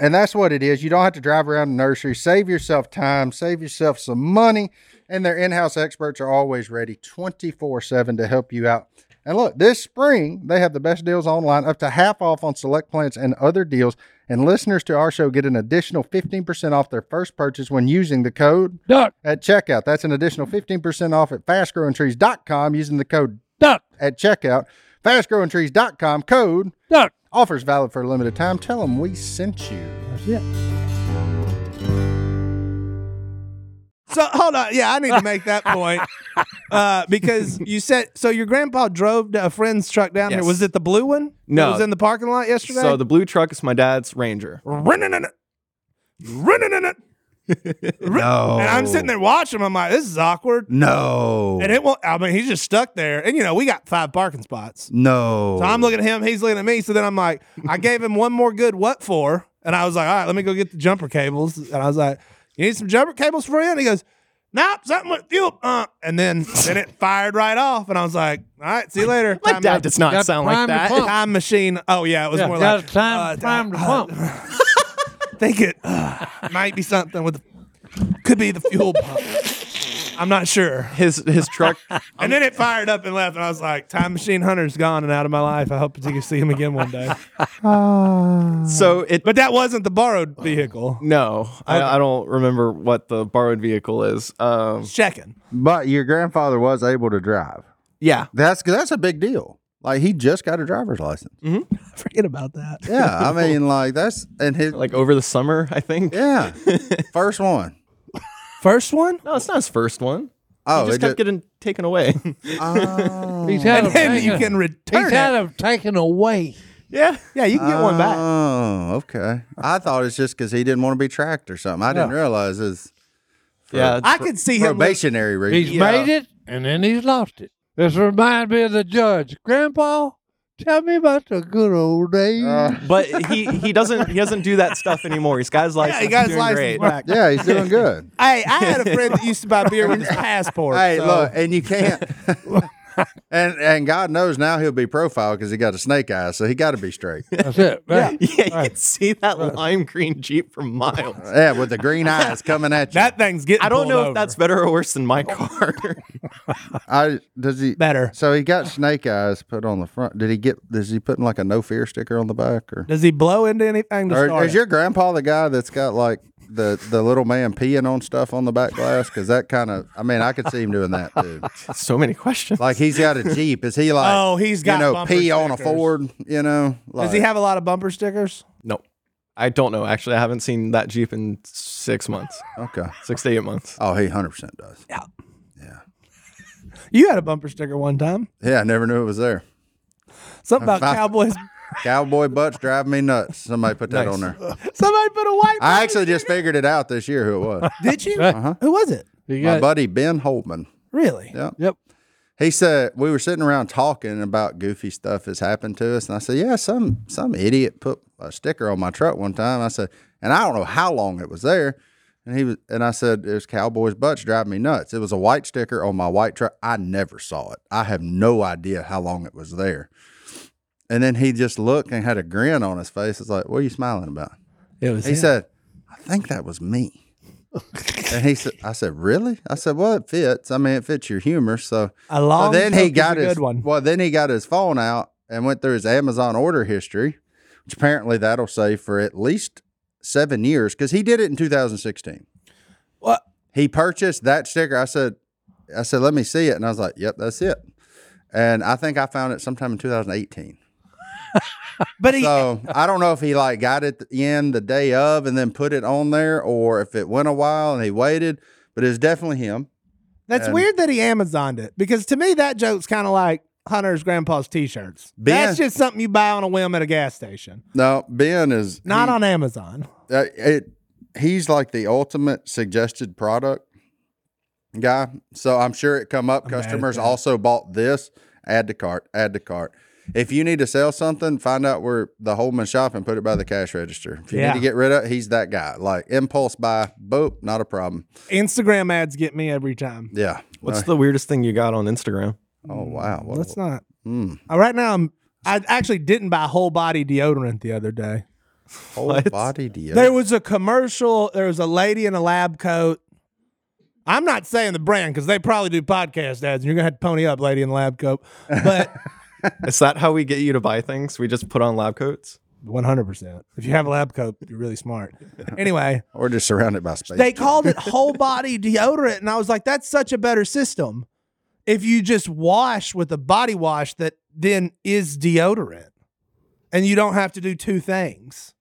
S1: And that's what it is. You don't have to drive around the nursery. Save yourself time, save yourself some money. And their in house experts are always ready 24 7 to help you out. And look, this spring, they have the best deals online, up to half off on select plants and other deals. And listeners to our show get an additional 15% off their first purchase when using the code
S3: Duck.
S1: at checkout. That's an additional 15% off at fastgrowingtrees.com using the code
S3: Duck.
S1: at checkout. Fastgrowingtrees.com code
S3: Duck.
S1: offers valid for a limited time. Tell them we sent you.
S6: That's it.
S2: So hold on. Yeah, I need to make that point uh, because you said so. Your grandpa drove to a friend's truck down there.
S5: Yes.
S2: Was it the blue one? that
S5: No.
S2: was in the parking lot yesterday.
S5: So the blue truck is my dad's Ranger.
S2: Rin-nin-nin-nin. Rin-nin-nin-nin.
S1: No.
S2: And I'm sitting there watching. him. I'm like, this is awkward.
S1: No.
S2: And it won't. I mean, he's just stuck there. And you know, we got five parking spots.
S1: no.
S2: So I'm looking at him. He's looking at me. So then I'm like, I gave him one more good what for, and I was like, all right, let me go get the jumper cables. And I was like, you need some jumper cables for you? And he goes, nope, something with fuel. Uh. And then then it fired right off, and I was like, all right, see you later.
S5: My
S2: Time
S5: dad
S2: out.
S5: does not
S3: Got
S5: sound like
S3: prime
S5: that.
S3: pump.
S2: time machine. Oh yeah, it was
S3: Yeah,
S2: more
S3: got
S2: like uh,
S3: time, time to pump.
S2: think it uh, might be something with could be the fuel pump. I'm not sure.
S5: His his truck.
S2: And then it fired up and left, and I was like, "Time Machine Hunter's gone and out of my life. I hope that you can see him again one day." Ah.
S5: so it.
S2: But that wasn't the borrowed vehicle.
S5: No, I, I don't remember what the borrowed vehicle is. Um,
S2: Checking.
S1: but your grandfather was able to drive.
S5: yeah,
S1: That's that's a big deal. Like he just got a driver's license.
S6: Forget about that.
S1: Yeah, I mean, like that's and his
S5: like over the summer, I think.
S1: yeah, first one.
S2: First one?
S5: No, it's not his first one.
S1: Oh,
S5: he just
S1: it
S5: kept
S1: ju-
S5: getting taken away.
S1: oh.
S3: He's had
S2: And
S3: him
S2: then you
S3: taken-
S2: can
S3: He's
S2: return
S3: had
S2: it.
S3: him taken away.
S5: yeah, yeah, you can get one back.
S1: Oh, okay. I thought it's just because he didn't want to be tracked or something. I didn't realize it's
S5: Yeah,
S2: I could see him.
S1: probationary
S3: He's
S1: reason.
S3: made it and then he's lost it. This reminds me of the judge. Grandpa, tell me about the good old days.
S5: but he he doesn't he doesn't do that stuff anymore. He's got his license.
S2: Yeah, he got
S5: He's
S2: his
S5: doing
S2: license
S5: great.
S2: back.
S1: Yeah, he's doing good.
S2: Hey, I had a friend that used to buy beer with his passport.
S1: hey,
S2: so-
S1: look, and you can't. and and God knows now he'll be profiled because he got a snake eye, so he got to be straight.
S3: That's it. Right.
S5: Yeah, you can see that lime green Jeep from miles.
S1: yeah, with the green eyes coming at you.
S2: that thing's getting.
S5: I don't
S2: pulled
S5: know
S2: over.
S5: if that's better or worse than my
S1: Oh.
S5: car.
S1: I does he
S2: better.
S1: So he got snake eyes put on the front. Did he get? Is he putting like a no fear sticker on the back, or,
S2: Does he blow into anything to
S1: or
S2: start?
S1: is
S2: it?
S1: your grandpa the guy that's got like the the little man peeing on stuff on the back glass? Because that kind of, I mean, I could see him doing that too.
S5: So many questions.
S1: Like he's got a jeep. Is he like?
S2: Oh, he's got
S1: you know
S2: bumper
S1: pee on a
S2: stickers.
S1: Ford. You know, like,
S2: Does he have a lot of bumper stickers?
S5: no, I don't know. Actually, I haven't seen that Jeep in six months,
S1: Okay.
S5: six to eight months.
S1: Oh, he hundred percent does. Yeah.
S2: You had a bumper sticker one time.
S1: Yeah, I never knew it was there.
S2: Something about
S1: Five.
S2: cowboys.
S1: Cowboy butts drive me nuts. Somebody put that
S5: Nice.
S1: on there.
S2: Somebody put a white.
S1: I actually just figured it out this year who it was.
S2: Did you? Who was it?
S3: You
S1: My
S3: got,
S1: buddy Ben Holtman.
S2: Really?
S1: Yeah.
S3: Yep.
S1: He said we were sitting around talking about goofy stuff that's happened to us, and I said, "Yeah, some some idiot put a sticker on my truck one time." I said, and I don't know how long it was there, and he was, and I said, "It was Cowboys butts drive me nuts." It was a white sticker on my white truck. I never saw it. I have no idea how long it was there. And then he just looked and had a grin on his face. It's like, "What are you smiling about?"
S2: It was.
S1: He said, I think that was me. and he said, I said, really? I said, well, it fits. I mean, it fits your humor. So,
S2: A long
S1: so then
S2: joke
S1: he
S2: is
S1: got
S2: a
S1: his
S2: good one.
S1: well, then he got his phone out and went through his Amazon order history, which apparently that'll say for at least seven years because he did it in 2016.
S2: What?
S1: He purchased that sticker. I said, I said, let me see it, and I was like, yep, that's it. And I think I found it sometime in 2018.
S2: But he,
S1: So I don't know if he like got it in the day of and then put it on there, or if it went a while and he waited. But it's definitely him.
S2: that's
S1: and-
S2: weird that he Amazoned it because to me that joke's kind of like Hunter's grandpa's T-shirts.
S1: Ben-
S2: That's just something you buy on a whim at a gas station,
S1: No, Ben is
S2: not
S1: he-
S2: on Amazon.
S1: uh, it. He's like the ultimate suggested product guy. So I'm sure it come up.
S2: mad at
S1: Customers
S2: that.
S1: also bought this. Add to cart. Add to cart. If you need to sell something, find out where the Holman shop and put it by the cash register. If you
S2: Yeah.
S1: need to get rid of, it, he's that guy. Like impulse buy, boop, not a problem.
S2: Instagram ads get me every time.
S1: Yeah. Uh,
S5: What's the weirdest thing you got on Instagram?
S1: oh wow. What,
S2: Let's not.
S1: Mm.
S2: Uh, Right now, I'm. I actually didn't buy whole body deodorant the other day.
S1: Whole body deodorant.
S2: There was a commercial. There was a lady in a lab coat. I'm not saying the brand because they probably do podcast ads, and you're gonna have to pony up, lady in the lab coat. But
S5: Is that how we get you to buy things? We just put on lab coats.
S2: 100. percent If you have a lab coat, you're really smart. Anyway,
S1: or just surrounded by space.
S2: they called it whole body deodorant, and I was like, that's such a better system. If you just wash with a body wash that then is deodorant, and you don't have to do two things.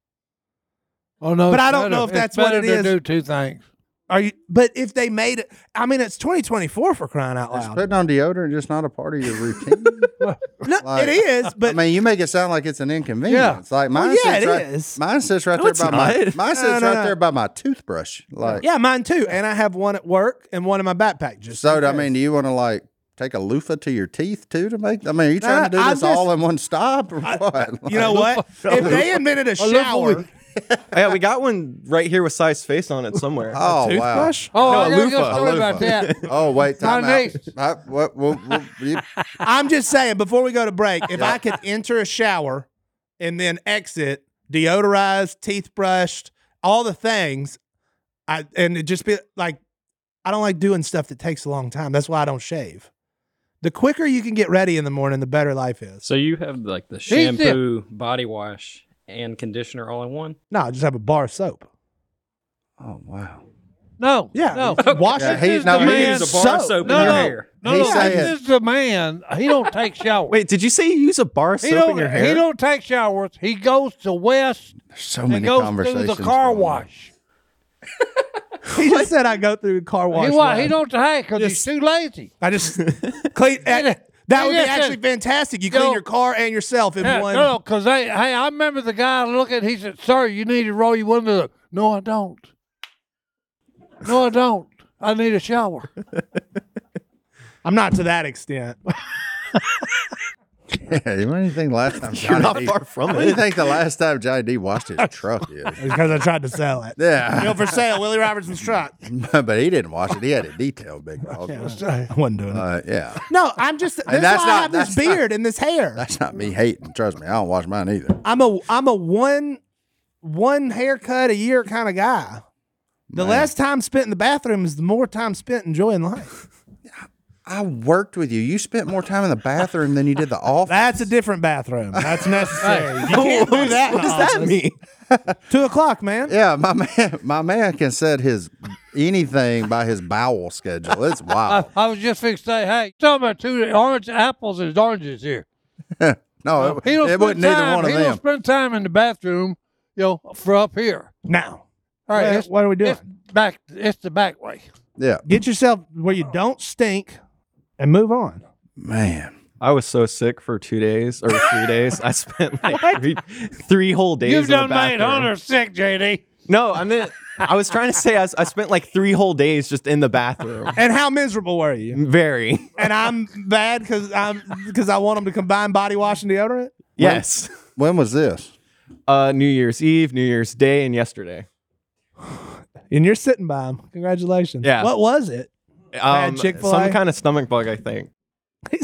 S3: oh no,
S2: But
S3: it's
S2: I don't
S3: better-
S2: know if
S3: it's
S2: that's what
S3: better
S2: it
S3: to
S2: is.
S3: Do two things.
S2: Are you? But if they made it, I mean, it's 2024 for crying out
S1: Is
S2: loud.
S1: putting on deodorant just not a part of your routine.
S2: No,
S1: like-
S2: it is, but
S1: I mean, you make it sound like it's an inconvenience. Like mine
S2: Well, yeah,
S1: sits
S2: it
S1: right,
S2: is.
S1: Mine sits right
S5: No,
S1: there
S5: it's
S1: by my.
S5: not.
S1: Mine sits
S2: No, no,
S1: right
S2: no.
S1: there by my toothbrush. Like
S2: yeah, mine too. And I have one at work and one in my backpack. Just
S1: so.
S2: in
S1: I
S2: case.
S1: mean, do you want to like take a loofah to your teeth too to make? I mean, are you trying to do
S2: no, I'm
S1: this all
S2: just-
S1: in one stop or what?
S2: you know what? If they invented a
S3: loofah
S2: shower,
S3: with-
S5: Oh, yeah, we got one right here with size face on it somewhere.
S1: Oh wow.
S3: Oh,
S5: No,
S3: I got
S5: a
S3: a
S5: loofah,
S3: good
S5: a
S3: story about that.
S1: Oh wait,
S3: My
S1: time out.
S3: niece.
S1: I, what, what, what, you-
S2: I'm just saying. Before we go to break, if I could enter a shower and then exit, deodorized, teeth brushed, all the things, I and it just be like, I don't like doing stuff that takes a long time. That's why I don't shave. The quicker you can get ready in the morning, the better life is.
S7: So you have like the
S3: He's the-
S7: shampoo, body wash, and conditioner all in one.
S2: No, I just have a bar of soap.
S1: oh wow.
S3: No,
S2: Yeah,
S3: no.
S2: wash
S1: Yeah,
S2: it.
S1: he-
S3: This
S1: no,
S3: the
S1: he
S3: man.
S7: Use a bar of
S2: soap.
S7: soap in
S3: No,
S7: your
S3: no,
S7: hair.
S3: no,
S1: He
S3: no.
S1: said-
S3: This is the man. He don't take showers.
S5: Wait, did you say you use a bar of
S3: he
S5: soap
S3: don't.
S5: in your
S3: He
S5: hair?
S3: don't take showers. He goes to West
S1: There's so
S3: and
S1: many
S3: goes through
S1: conversations.
S3: the car
S1: going on.
S3: wash.
S2: He just said I go through car wash.
S3: He, wa-
S2: wet.
S3: he don't take because he's too lazy.
S2: I just clean. That, that would be
S3: Yeah, yeah,
S2: actually
S3: yeah.
S2: fantastic. You clean
S3: Yo.
S2: your car and yourself in
S3: Yeah,
S2: one.
S3: no, because hey, I remember the guy looking. He said, "Sir, you need to roll your window." up." No, I don't. No, I don't. I need a shower.
S2: I'm not to that extent.
S1: Yeah, you know anything last time?
S5: You're not
S1: Johnny D-
S5: far from
S1: What do you
S5: it.
S1: think the last time Johnny D washed his truck is?
S2: because I tried to sell it. You know,
S1: Yeah,
S2: for sale, Willie Robertson's truck.
S1: but he didn't wash it. He had it detailed, big dog.
S2: I wasn't doing it.
S1: Uh, yeah,
S2: No, I'm just. That's,
S1: that's
S2: why I
S1: not-
S2: have this
S1: that's not-
S2: beard and this hair.
S1: that's not me hating. Trust me, I don't wash mine either.
S2: I'm a I'm a one one haircut a year kind of guy. The less time spent in the bathroom is the more time spent enjoying life.
S1: I worked with you. You spent more time in the bathroom than you did the office.
S2: That's a different bathroom. That's necessary. You can't do that. in
S5: what
S2: the
S5: does that
S2: office.
S5: mean?
S2: Two o'clock, man.
S1: yeah, my man, my man can set his anything by his bowel schedule.
S2: Uh,
S1: It's wild.
S3: I was just fixing to say, hey, talking about two orange apples and oranges here.
S2: uh,
S1: No,
S3: He
S1: Uh, it, it
S3: don't spend
S1: wasn't neither
S3: time-
S1: one of
S3: he don't
S1: them.
S3: spend time in the bathroom, you know, for up here.
S2: Now,
S3: All right,
S2: Well,
S3: it's-
S2: what are we doing?
S3: It's back. It's the back way.
S1: yeah,
S2: Get yourself where you don't stink and move on.
S1: man.
S5: I was so sick for two days or three days. I spent like three, three whole days.
S3: You've
S5: in the
S3: done made
S5: bathroom.
S3: Hunter sick, JD.
S5: No, I meant I was trying to say I, s- I spent like three whole days just in the bathroom.
S2: And how miserable were you?
S5: Very
S2: And I'm bad because I'm because I want them to combine body wash and deodorant.
S5: yes.
S1: When was this?
S5: Uh, New Year's Eve, New Year's Day, and yesterday.
S2: And you're sitting by them. Congratulations.
S5: Yeah.
S2: What was it?
S5: Um,
S2: Chick-fil-A?
S5: some kind of stomach bug, I think.
S2: we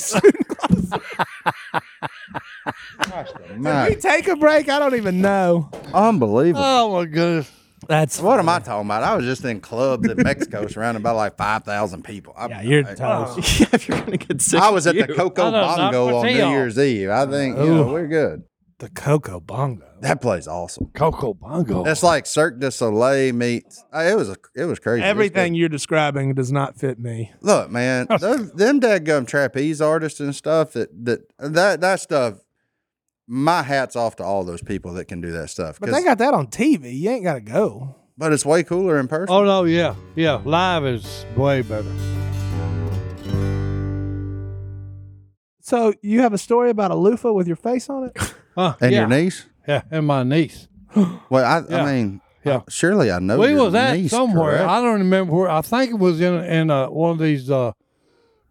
S1: My,
S2: take a break. I don't even know.
S1: unbelievable.
S2: Uh,
S3: Oh my goodness.
S2: That's
S1: what am I talking about? I was just in clubs in Mexico, surrounded by like five thousand people. I,
S2: Yeah, you're
S1: I,
S3: Oh.
S2: toast.
S5: yeah, if you're gonna get sick,
S1: I was at the
S3: I
S1: Coco
S3: don't know,
S1: Bongo on New
S3: Zapateo.
S1: Year's Eve. I think you know, we're good.
S2: The Coco Bongo.
S1: That place awesome.
S3: Coco Bongo.
S1: That's like Cirque du Soleil meets. uh, It was a, it was crazy. It was
S2: Everything
S1: good.
S2: you're describing does not fit me.
S1: Look, man, those, them dadgum trapeze artists and stuff that that that that stuff. My hats off to all those people that can do that stuff.
S2: But
S1: 'cause-
S2: they got that on TV. You ain't got to go.
S1: but it's way cooler in person.
S3: Oh no, yeah, yeah. Live is way better.
S2: So you have a story about a loofah with your face on it?
S3: Huh,
S1: and
S3: yeah,
S1: your niece?
S3: yeah, and my niece.
S1: Well, I,
S3: Yeah.
S1: I mean,
S3: Yeah.
S1: surely I know.
S3: we
S1: Oh, your
S3: was at
S1: niece,
S3: somewhere.
S1: correct? Oh,
S3: I don't remember where. I think it was in in uh, one of these uh,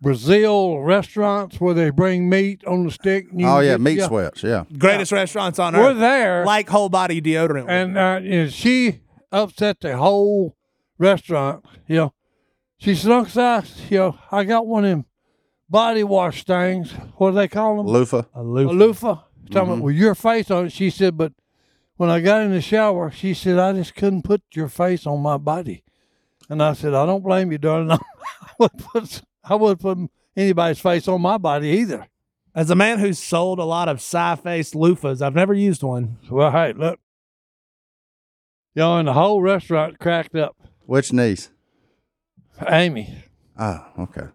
S3: Brazil restaurants where they bring meat on the stick. and you
S1: oh
S3: can
S1: yeah,
S3: get-
S1: meat sweats. Yeah,
S2: Greatest restaurants on
S3: We're
S2: earth.
S3: there,
S2: Like whole body deodorant.
S3: and, uh, and she upset the whole restaurant. You know, she snuck us. You know, I got one of them body wash things. What do they call them?
S1: loofah.
S2: a loofah.
S3: a loofah. Talking about, well, your face on it. She said, but when I got in the shower, she said, I just couldn't put your face on my body. And I said, I don't blame you, darling. I wouldn't put, I wouldn't put anybody's face on my body either.
S2: As a man who's sold a lot of sci face loofahs, I've never used one.
S3: Well, hey, look. You know, and the whole restaurant cracked up.
S1: Which niece?
S3: Amy.
S1: Oh, okay.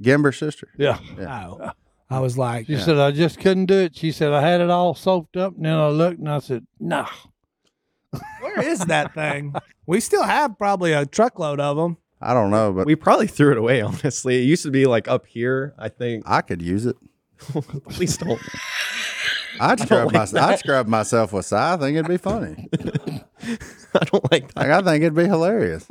S1: Gimber's sister.
S3: Yeah.
S2: Oh. I was like,
S3: She said, I just couldn't do it. She said, I had it all soaked up. And then I looked and I said, nah.
S2: where is that thing? We still have probably a truckload of them.
S1: I don't know, but
S5: we probably threw it away. Honestly, it used to be like up here. I think.
S1: I could use it.
S5: Please don't.
S1: I'd scrub, my, I'd scrub myself with si. I think it'd be funny.
S5: I don't like that.
S1: Like I think it'd be hilarious.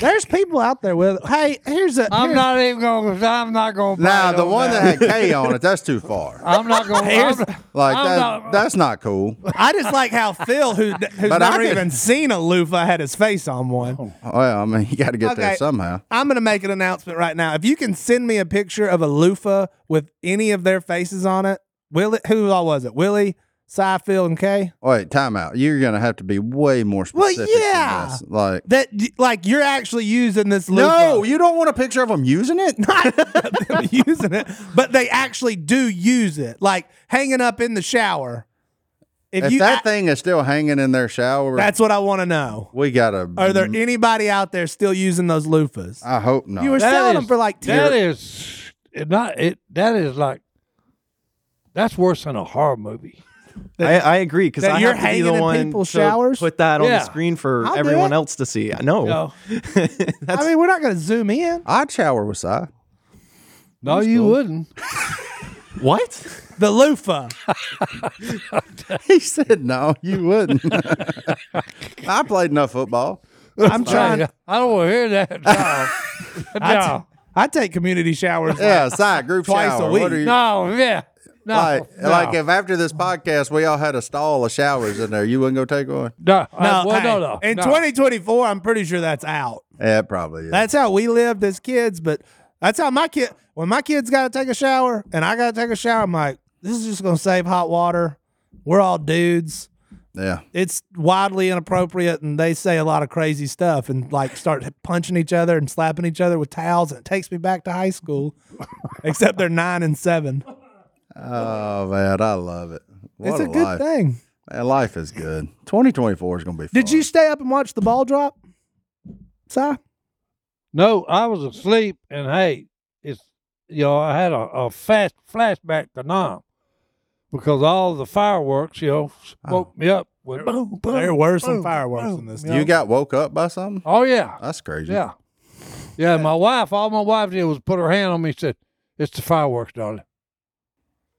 S2: There's people out there with, hey, here's a.
S3: I'm
S2: here's-
S3: not even going to, I'm not going to.
S1: now the one that had K on it, that's too far.
S3: I'm not going to.
S1: Like
S3: I'm
S1: that,
S3: not-
S1: that's not cool.
S2: I just like how Phil, who who's
S1: But I
S2: never
S1: could-
S2: even seen a loofah, had his face on one.
S1: Oh, Well, I mean, you got to get
S2: Okay.
S1: there somehow.
S2: I'm gonna make an announcement right now. If you can send me a picture of a loofah with any of their faces on it, Willie, who all was it? Willie, Cy, Phil, and Kay.
S1: Wait, time out. You're gonna have to be way more
S2: Well,
S1: specific.
S2: yeah.
S1: yeah. This. Like,
S2: That like you're actually using this
S1: no,
S2: loofah.
S1: you don't want a picture of them using it.
S2: No, using it, but they actually do use it, like hanging up in the shower. If,
S1: If
S2: you,
S1: that
S2: I-
S1: thing is still hanging in their shower,
S2: that's what I want to know.
S1: we gotta.
S2: Are there anybody out there still using those loofahs?
S1: I hope not.
S2: you were
S3: That
S2: selling
S3: is-
S2: them for like ten.
S3: That is it not it. That is like that's worse than a horror movie.
S5: I, I agree because
S2: that
S5: I
S2: you're
S5: have to be the
S2: hanging in
S5: one
S2: people's
S5: to
S2: showers?
S5: put that on
S3: Yeah.
S5: the screen for
S2: I'll do
S5: everyone
S2: it.
S5: else to see. No,
S3: You know?
S5: that's
S2: I mean, we're not going to zoom in.
S1: I'd shower with Si.
S3: No, you wouldn't.
S5: what.
S2: The loofah.
S1: He said, "No, you wouldn't." I played enough football.
S2: I'm trying.
S3: I, I don't want to hear that. No,
S2: I,
S3: no,
S2: t- I take community showers.
S1: Yeah, Si, group
S2: Twice a
S1: shower.
S2: week.
S1: What are you?
S3: no, yeah, no,
S1: like,
S3: no,
S1: like if after this podcast we all had a stall of showers in there, you wouldn't go take one.
S3: no, no,
S2: No,
S3: well,
S2: hey,
S3: no, no,
S2: in
S3: no.
S2: 2024, I'm pretty sure that's out.
S1: Yeah, it probably. Is.
S2: That's how we lived as kids, but that's how my kid. When my kids got to take a shower and I got to take a shower, I'm like, this is just going to save hot water. We're all dudes.
S1: Yeah.
S2: it's wildly inappropriate and they say a lot of crazy stuff and like start punching each other and slapping each other with towels and it takes me back to high school except they're nine and seven
S1: Oh man, I love it. What
S2: it's a good
S1: life.
S2: thing
S1: Man, life is good. 2024 is gonna be. Fun.
S2: did you stay up and watch the ball drop Si?
S3: No, I was asleep, and hey, it's you know I had a, a fast flashback to Nam because all the fireworks, you know, s- woke me up. With, boom, boom,
S2: there were some
S3: boom,
S2: fireworks
S3: boom,
S2: in this
S3: you
S1: You
S3: know.
S1: got woke up by something?
S3: Oh yeah,
S1: That's crazy.
S3: yeah, yeah. My wife, all my wife did was put her hand on me and said, "It's the fireworks, darling."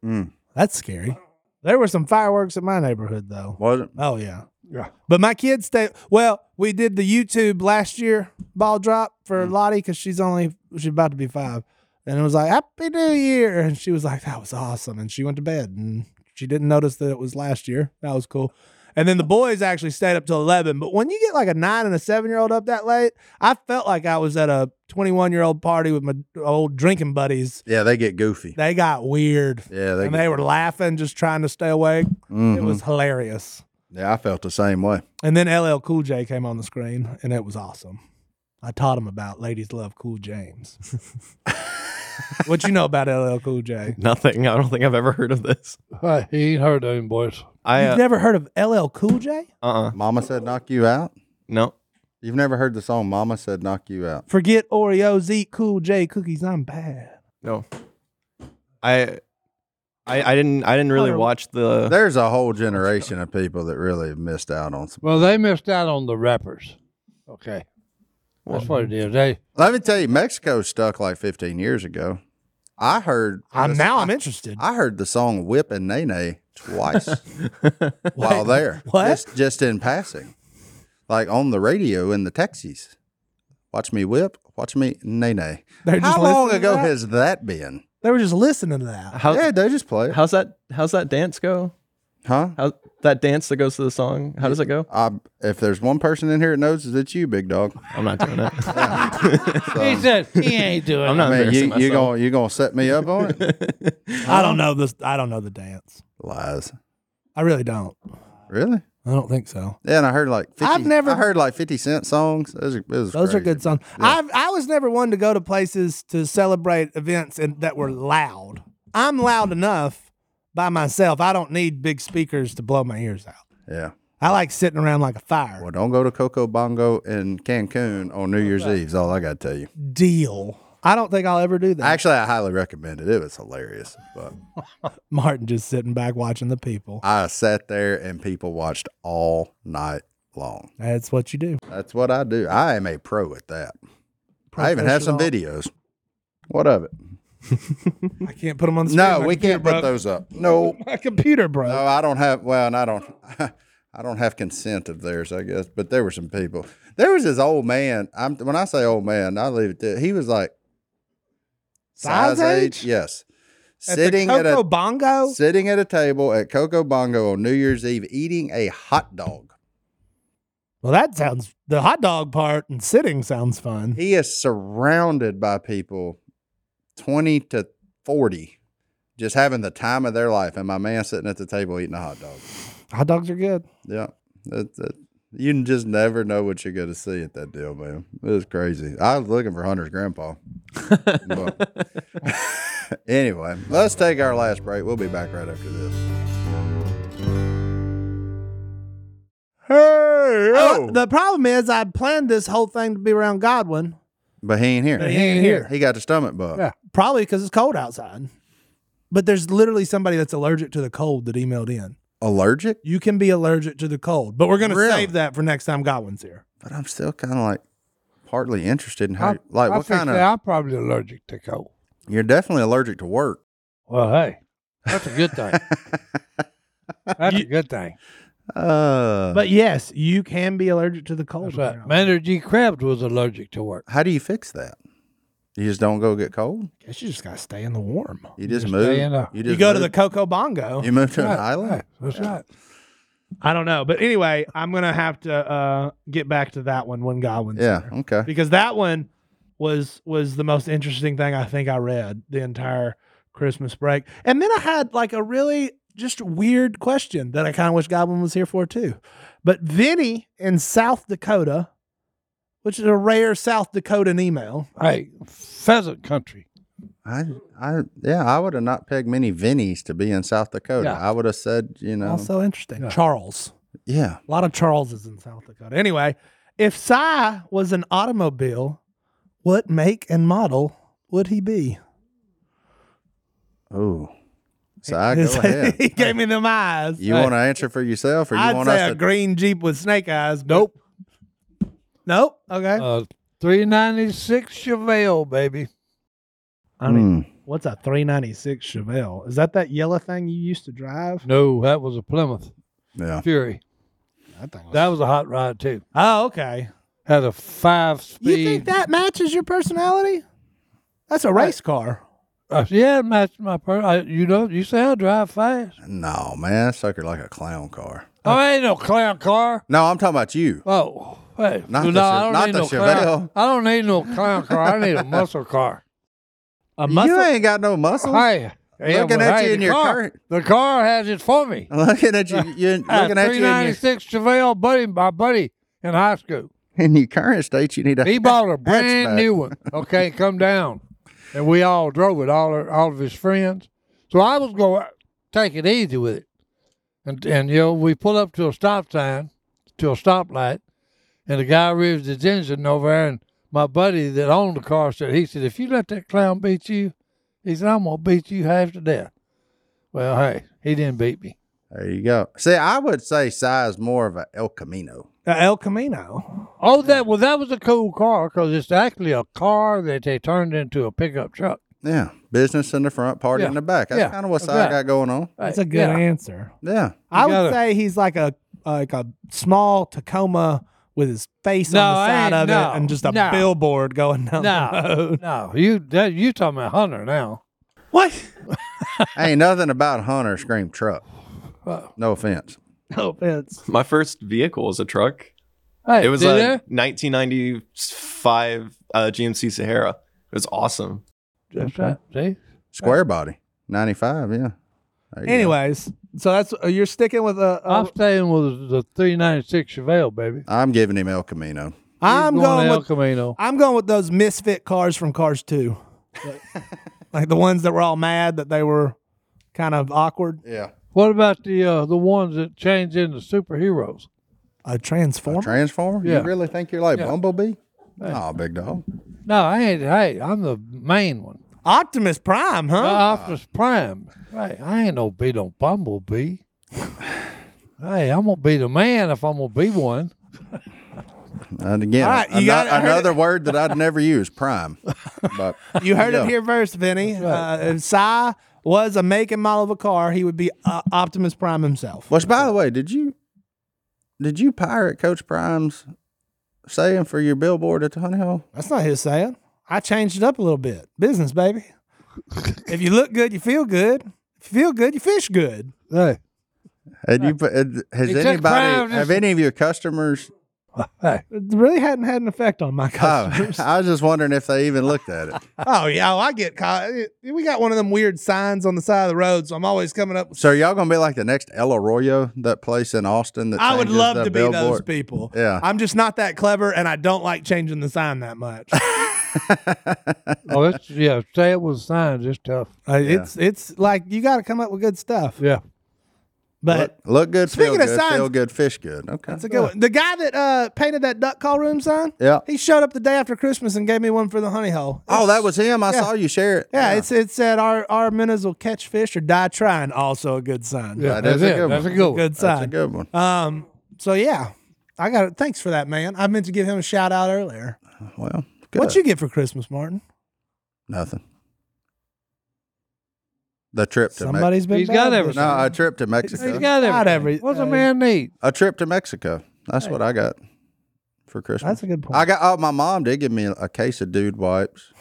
S1: Mm.
S2: that's scary there were some fireworks in my neighborhood though
S1: Was it?
S2: oh yeah
S3: Yeah.
S2: but my kids stay well we did the youtube last year ball drop for lottie because she's only she's about to be five and it was like happy new year and she was like that was awesome and she went to bed and she didn't notice that it was last year that was cool and then the boys actually stayed up till 11 but when you get like a 9 and a 7 year old up that late i felt like i was at a 21 year old party with my old drinking buddies
S1: Yeah, they get goofy.
S2: they got weird
S1: yeah, they.
S2: and
S1: get,
S2: they were laughing just trying to stay awake
S1: mhm.
S2: it was hilarious
S1: Yeah, I felt the same way.
S2: and then LL Cool J came on the screen, and it was awesome. I taught him about ladies love Cool James. what you know about LL Cool J?
S5: Nothing. I don't think I've ever heard of this.
S3: Uh, he ain't heard of them boys.
S5: I
S2: You've
S5: uh
S2: never heard of LL Cool J?
S5: uh uh
S1: Mama said knock you out.
S5: no.
S1: You've never heard the song Mama said knock you out.
S2: Forget Oreos, eat Cool J cookies. I'm bad.
S5: No. I I I didn't I didn't really
S2: Hunter,
S5: watch the
S1: There's a whole generation of people that really have missed out on some.
S3: Well, they missed out on the rappers. Okay, that's what it is. They
S1: Let me tell you, Mexico stuck like 15 years ago. I heard.
S2: I'm
S1: this-
S2: now.
S1: I,
S2: I'm interested.
S1: I heard the song "Whip and Nay Nay" twice while there.
S2: What?
S1: Just, just in passing, like on the radio in the taxis. Watch me whip. Watch me nay nay.
S2: They're just
S1: How long
S2: listening to
S1: ago
S2: that?
S1: has that been?
S2: They were just listening to that.
S5: how
S1: yeah, they just play it,
S5: how's that how's that dance go?
S1: huh?
S5: How that dance that goes to the song? How does it go?
S1: I, if there's one person in here that knows, it's you, big dog.
S5: I'm not doing it.
S3: he said he ain't doing.
S5: I'm
S3: it.
S5: not
S1: Man,
S5: embarrassing
S1: you you
S5: myself.
S1: gonna you gonna set me up on it?
S2: I don't know this. I don't know the dance.
S1: Lies.
S2: I really don't.
S1: Really?
S2: I don't think so.
S1: Yeah, and I heard like 50,
S2: I've never-
S1: I heard like fifty cent songs. Those are those,
S2: Those are
S1: crazy.
S2: good songs. I've, I was never one to go to places to celebrate events and that were loud. I'm loud enough by myself. I don't need big speakers to blow my ears out.
S1: Yeah.
S2: I like sitting around like a fire.
S1: Well, don't go to Coco Bongo in Cancun on New Year's Eve. Is all I gotta tell you.
S2: Deal. I don't think I'll ever do that.
S1: Actually, I highly recommend it. It was hilarious, but
S2: Martin just sitting back watching the people.
S1: I sat there and people watched all night long.
S2: That's what you do.
S1: That's what I do. I am a pro at that. I even have some videos. What of it?
S2: I can't put them on the
S1: No,
S2: screen. My
S1: we can't
S2: computer
S1: put
S2: broke.
S1: those up. No,
S2: My computer, bro.
S1: no, I don't have. Well, and I don't. I don't have consent of theirs, I guess. But there were some people. There was this old man. I'm when I say old man, I leave it. To, he was like
S2: Size age?
S1: Yes,
S2: At
S1: sitting
S2: the
S1: at
S2: Coco
S1: a
S2: Bongo.
S1: sitting at a table at Coco Bongo on New Year's Eve, eating a hot dog.
S2: Well, that sounds the hot dog part and sitting sounds fun.
S1: He is surrounded by people, twenty to forty, just having the time of their life, and my man sitting at the table eating a hot dog.
S2: Hot dogs are good.
S1: Yeah. That, that, you n- just never know what you're going to see at that deal, man. It was crazy. I was looking for Hunter's grandpa. But- anyway, let's take our last break. We'll be back right after this. Hey,
S2: Uh, the problem is, I planned this whole thing to be around Godwin.
S1: but he ain't here.
S2: But he ain't here.
S1: He got the stomach bug.
S3: Yeah.
S2: Probably because it's cold outside. But there's literally somebody that's allergic to the cold that emailed in.
S1: Allergic?
S2: You can be allergic to the cold, but we're going to
S1: Really?
S2: save that for next time Godwin's here.
S1: But I'm still kind of like partly interested in how,
S3: I-
S1: like,
S3: I
S1: what
S3: think
S1: kind
S3: that
S1: of,
S3: I'm probably allergic to cold.
S1: you're definitely allergic to work.
S3: Well, hey, that's a good thing. That's a good thing.
S1: Uh,
S2: But yes, you can be allergic to the cold.
S3: That's right.
S2: apparently.
S3: Maynard G. Krebs was allergic to work.
S1: how do you fix that? You just don't go get cold?
S2: Guess you just got to stay in the warm.
S1: You just
S3: Just
S1: move.
S3: stay in a-
S1: you
S2: You
S1: just
S2: go to the
S1: move.
S2: Coco Bongo.
S1: You move to
S3: Right,
S1: an island.
S3: right. That's right.
S2: I don't know. But anyway, I'm going to have to uh, get back to that one when Godwin's
S1: Yeah.
S2: here.
S1: Okay.
S2: because that one was was the most interesting thing I think I read the entire Christmas break. And then I had like a really just a weird question that I kind of wish Goblin was here for too. But Vinny in South Dakota, which is a rare South Dakotan email.
S3: Hey, pheasant country.
S1: I, I, yeah, I would have not pegged many Vinnies to be in South Dakota.
S3: Yeah.
S1: I would have said, you know,
S2: Also interesting. Charles.
S1: yeah,
S2: A lot of Charleses in South Dakota. Anyway, if Cy was an automobile, what make and model would he be?
S1: oh, so I go ahead.
S2: he gave me them eyes.
S1: You want to answer for yourself, or you
S2: I'd
S1: want
S2: say a
S1: us to?
S2: green Jeep with snake eyes. Nope. Nope. Okay.
S3: Uh, 396 Chevelle, baby.
S2: I mean, what's a 396 Chevelle? Is that that yellow thing you used to drive?
S3: No, that was a Plymouth
S1: Hmm, yeah,
S3: Fury.
S2: That thing was.
S3: That was a hot rod, too.
S2: oh, okay.
S3: Had a five speed.
S2: You think that matches your personality? That's a race car.
S3: Uh, yeah, matched my per. I, you know, you say I drive fast.
S1: no, man, that sucker like a clown car.
S3: Oh, I ain't no clown car.
S1: No, I'm talking about you.
S3: Oh, hey.
S1: Not
S3: no,
S1: the
S3: I
S1: Chev-
S3: don't
S1: not
S3: need
S1: the
S3: no
S1: Chevelle.
S3: Clown. I don't need no clown car. I need a muscle car.
S2: A
S1: You
S2: muscle.
S1: ain't got no muscles.
S3: Hey, yeah,
S1: Looking
S3: but
S1: at you
S3: hey,
S1: in
S3: the
S1: your
S3: car,
S1: current-
S3: The car has it for me.
S1: I'm looking at you, you looking at you in your,
S3: 396 Chevelle, buddy, my buddy in high school.
S1: in your current state. You need a
S3: He bought a brand
S1: hatchback.
S3: new one. Okay, come down, and we all drove it. All our, all of his friends. So I was going to take it easy with it, and and you know we pull up to a stop sign, to a stoplight, and the guy revs his engine over there, and my buddy that owned the car said, he said, if you let that clown beat you, he said, I'm gonna beat you half to death. Well, hey, he didn't beat me.
S1: There you go. See, I would say size more of a El Camino.
S2: A Uh, El Camino.
S3: Oh, that well, that was a cool car because it's actually a car that they turned into a pickup truck.
S1: Yeah, business in the front, party
S3: Yeah.
S1: in the back. That's
S3: Yeah.
S1: kind of what I
S3: Exactly.
S1: got going on.
S2: That's a good
S3: Uh, Yeah.
S2: answer.
S1: Yeah,
S2: I would
S3: gotta-
S2: say he's like a like a small Tacoma with his face
S3: No,
S2: on the
S3: I
S2: side
S3: ain't-
S2: of
S3: no,
S2: it and just a
S3: no.
S2: billboard going down. the road.
S3: No, no, you that, you talking about Hunter now?
S2: What?
S1: ain't nothing about Hunter scream truck.
S3: Uh,
S1: No offense.
S2: No offense.
S5: My first vehicle was a truck.
S3: Hey,
S5: It was
S3: did
S5: a
S3: there?
S5: 1995 uh, GMC Sahara. It was awesome.
S3: That's right. See,
S1: Square body, ninety five. Yeah. There you go.
S2: Anyways, so that's uh, you're sticking with a. a
S3: I'm staying with the 396 Chevelle, baby.
S1: I'm giving him El Camino.
S2: I'm
S3: He's
S2: going
S3: to El
S2: with
S3: Camino.
S2: I'm going with those misfit cars from Cars 2. like the ones that were all mad that they were kind of awkward.
S1: Yeah.
S3: What about the uh, the ones that change into superheroes?
S2: A transformer.
S1: Transformer?
S3: Yeah.
S1: You really think you're like Bumblebee? Oh, big dog.
S3: No, I ain't. Hey, I'm the main one.
S2: Optimus Prime,
S3: The
S2: huh?
S3: Optimus Prime. Hey, I ain't no beat on Bumblebee. hey, I'm gonna be the man if I'm gonna be one.
S1: And again,
S2: All right, you
S1: ano-
S2: got it. I heard
S1: another word that I'd never use, prime. But
S2: you heard
S1: Yeah.
S2: it here first, Vinny. Uh, if Cy was a make and model of a car, he would be uh, Optimus Prime himself.
S1: Which, by the way, did you did you pirate Coach Prime's saying for your billboard at the Honey Hole?
S2: That's not his saying. I changed it up a little bit. Business, baby. if you look good, you feel good. If you feel good, you fish good. Uh,
S3: Hey,
S1: And you put- and has
S3: It took Prime
S1: anybody
S3: just-
S1: have any of your customers?
S3: hey,
S2: It really hadn't had an effect on my
S1: Oh,
S2: customers.
S1: I was just wondering if they even looked at it.
S2: Oh yeah, oh, I get caught. We got one of them weird signs on the side of the road, so I'm always coming up. With
S1: So are y'all gonna be like the next El Arroyo, that place in Austin that
S2: I would
S1: changes
S2: love
S1: the
S2: to be those
S1: billboard?
S2: people.
S1: Yeah.
S2: I'm just not that clever, and I don't like changing the sign that much.
S3: oh, it's, yeah, stay up with signs. It's tough.
S2: Uh, It's it's like you got to come up with good stuff.
S3: Yeah.
S2: But
S1: Look, look good, feel
S2: Speaking of
S1: good,
S2: signs-
S1: feel good, fish good. Okay.
S2: that's a good one. The guy that uh, painted that duck call room sign,
S1: Yeah.
S2: he showed up the day after Christmas and gave me one for the honey hole.
S1: Oh, that was him. I saw you share it.
S2: Yeah, it's it said our our minnows will catch fish or die trying. Also a good sign.
S3: Yeah,
S1: That is
S3: that's,
S1: a
S3: it.
S1: good
S3: that's
S1: one.
S3: a good one.
S2: good
S1: that's a
S2: sign.
S1: good one.
S2: Um. So yeah, I got it. Thanks for that, man. I meant to give him a shout out earlier.
S1: Well, good.
S2: What you get for Christmas, Martin?
S1: Nothing. The trip to Mexico.
S2: Somebody's been.
S3: He's
S2: bad
S3: got
S2: this
S3: everything.
S1: No,
S2: year.
S1: a trip to
S3: He's
S1: Mexico.
S3: got everything.
S2: Not every-
S3: What's
S2: uh,
S3: a man need?
S1: a trip to Mexico. That's what I got for Christmas.
S2: That's a good point.
S1: I got. Oh, my mom did give me a case of Dude wipes.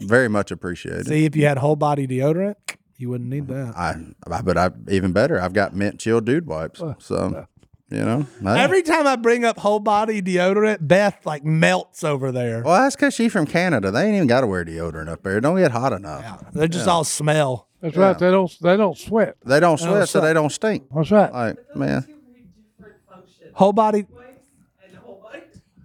S1: Very much appreciated.
S2: See, if you had whole body deodorant, you wouldn't need that.
S1: I, I, but I even better. I've got mint chill Dude wipes. So, you know, I-
S2: Every time I bring up whole body deodorant, Beth like melts over there.
S1: Oh, Well, that's because she's from Canada. They ain't even got to wear deodorant up there. It don't get hot enough.
S2: They just all smell.
S3: That's right. They don't they don't sweat.
S1: They don't sweat, so they don't stink.
S3: That's right.
S1: Like, man,
S2: Whole body.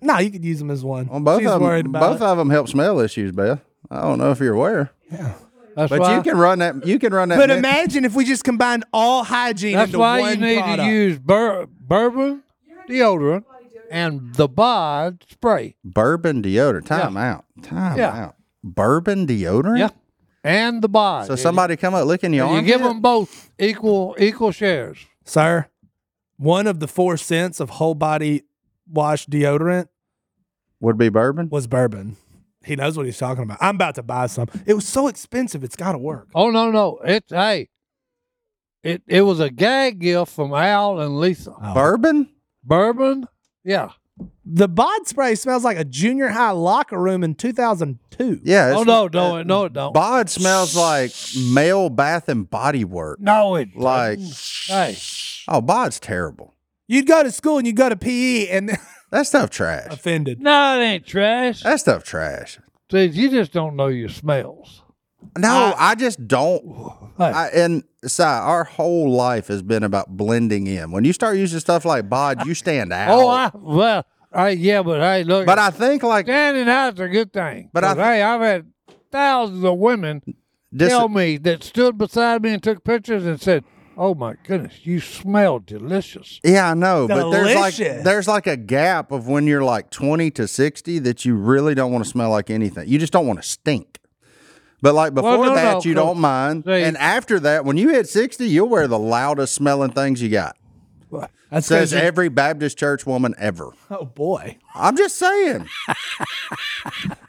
S2: No, you could use them as one.
S1: well, both
S2: She's
S1: of
S2: worried
S1: them,
S2: about
S1: both
S2: it.
S1: of them help smell issues, Beth. I don't know if you're aware,
S3: That's
S1: but
S3: why,
S1: you can run that. You can run that.
S2: But
S1: myth-
S2: imagine if we just combined all hygiene
S3: That's
S2: into
S3: why
S2: one
S3: you need
S2: product.
S3: to use bur- bourbon deodorant and the Bod spray.
S1: bourbon deodorant. Time out. Time
S3: Yeah.
S1: out. Bourbon deodorant.
S3: Yeah, and the Bod.
S1: So somebody come up licking your
S3: you,
S1: arm.
S3: you give them both equal equal shares.
S2: sir. One of the four scents of whole body wash deodorant
S1: would be bourbon.
S2: was bourbon. He knows what he's talking about. I'm about to buy some. It was so expensive. It's got to work.
S3: Oh no no! It's hey, it it was a gag gift from Al and Lisa.
S1: Ah. Bourbon.
S3: Bourbon, yeah.
S2: The bod spray smells like a junior high locker room in 2002.
S1: Yeah.
S3: oh
S1: it's-
S3: no no it- no it don't.
S1: Bod smells like male bath and body work.
S3: no it
S1: Like,
S3: hey
S1: oh, Bod's terrible.
S2: You'd go to school and you'd go to PE and
S1: That stuff trash.
S2: offended.
S3: no it ain't trash.
S1: That stuff trash.
S3: See, you just don't know your smells.
S1: No, I, just don't.
S3: Hey.
S1: I, and Si, our whole life has been about blending in. When you start using stuff like Bod, you stand out.
S3: Oh, I well, I yeah, but hey, look,
S1: but I think like
S3: standing out's a good thing.
S1: But I
S3: 'Cause, hey, I've had thousands of women
S1: dis-
S3: tell me that stood beside me and took pictures and said, "Oh my goodness, you smell delicious."
S1: Yeah, I know, but there's
S2: Delicious.
S1: like there's like a gap of when you're like 20 to 60 that you really don't want to smell like anything. You just don't want to stink. But like before
S3: no,
S1: that,
S3: no,
S1: you
S3: no.
S1: don't mind,
S3: See.
S1: and after that, when you hit 60, you'll wear the loudest smelling things you got.
S2: That's
S1: Says
S2: 'cause you're-
S1: every Baptist church woman ever.
S2: Oh boy.
S1: I'm just saying.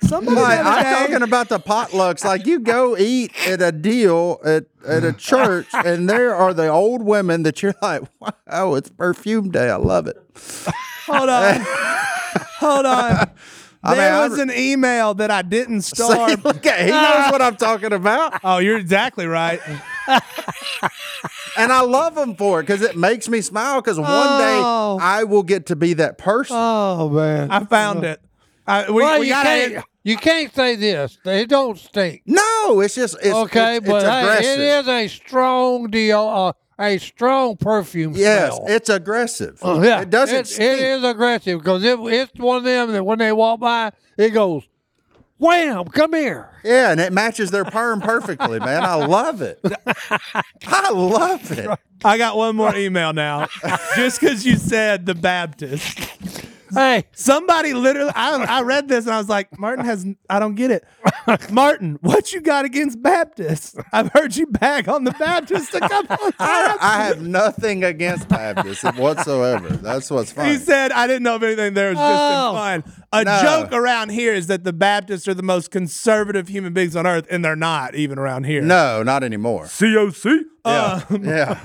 S2: Somebody
S1: Like,
S2: the other
S1: I'm
S2: day-
S1: talking about the potlucks. Like you go eat at a deal at, at a church, and there are the old women that you're like, wow, it's perfume day. I love it.
S2: Hold on. Hold on.
S1: I
S2: There
S1: mean, I-
S2: was an email that I didn't
S1: See,
S2: star.
S1: look at- he knows what I'm talking about,
S2: oh, you're exactly right.
S1: and I love him for it because it makes me smile. Because one
S3: Oh.
S1: day I will get to be that person.
S3: Oh man,
S2: I found it. I, we,
S3: well,
S2: we
S3: you
S2: gotta-
S3: can't you can't say this. They don't stink.
S1: no, it's just it's,
S3: okay,
S1: it's,
S3: but
S1: it's
S3: hey,
S1: aggressive.
S3: it is a strong deal, uh, a strong perfume
S1: yes,
S3: smell.
S1: it's aggressive.
S3: Oh, yeah.
S1: it doesn't.
S3: It, it
S1: stink.
S3: is aggressive because it, it's one of them that when they walk by, it goes, wham, come here.
S1: Yeah, and it matches their perm perfectly, man. I love it. I love it.
S2: I got one more email now. Just because you said the Baptist.
S3: Hey,
S2: Somebody literally, I, I read this and I was like, Martin has, I don't get it. Martin, what you got against Baptists? I've heard you bag on the Baptists a couple of
S1: I,
S2: times.
S1: I have nothing against Baptists whatsoever. That's what's
S2: He
S1: funny.
S2: said, I didn't know if anything there was just
S3: Oh.
S2: in fun. A
S1: No.
S2: joke around here is that the Baptists are the most conservative human beings on earth, and they're not even around here.
S1: No, not anymore.
S2: COC. Uh,
S1: Yeah.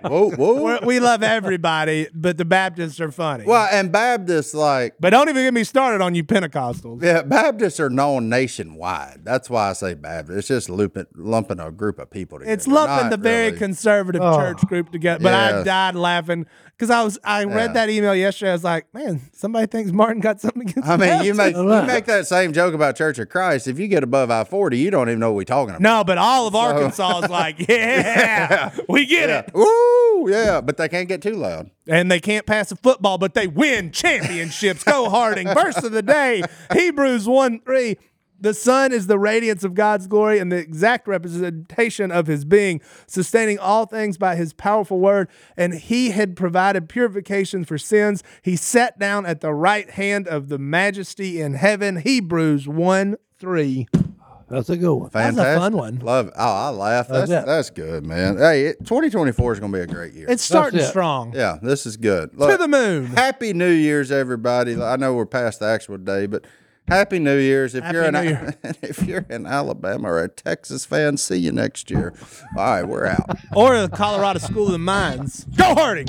S1: Whoa, whoa.
S2: we're- we love everybody, but the Baptists are funny.
S1: Well, and Baptists like
S2: But don't even get me started on you Pentecostals.
S1: Yeah, Baptists are known nationwide. That's why I say Baptist. It's just lumping, lumping a group of people together.
S2: It's
S1: Not
S2: lumping the very
S1: really.
S2: conservative church group together. But I
S1: Yes.
S2: died laughing because I was I read
S1: Yeah.
S2: that email yesterday. I was like, man, somebody thinks Martin got something against.
S1: I mean, you
S2: Baptists."
S1: make you make that same joke about Church of Christ. If you get above I forty, you don't even know what we're talking about.
S2: no, but all of Arkansas is like, yeah, we get it,
S1: Ooh, yeah, but they can't get too loud.
S2: and they can't pass a football, but they win championships. Go Harding! Verse of the day, Hebrews one three. The sun is the radiance of God's glory and the exact representation of his being, sustaining all things by his powerful word. And he had provided purification for sins. He sat down at the right hand of the majesty in heaven. Hebrews 1 3.
S3: that's a good one.
S1: Fantastic.
S2: a fun one.
S1: Love it. Oh, I laugh. That's
S3: it.
S1: that's, good, man. Hey, it, twenty twenty four is gonna be a great year.
S2: It's starting
S3: it.
S2: strong.
S1: yeah, this is good.
S2: To
S1: Look,
S2: the moon.
S1: Happy New Year's, everybody. I know we're past the actual day, but Happy New Year's. If you're an
S2: New
S1: if you're in Alabama or a Texas fan, see you next year. All right, we're out.
S2: Or the Colorado School of the Mines. Go Harding!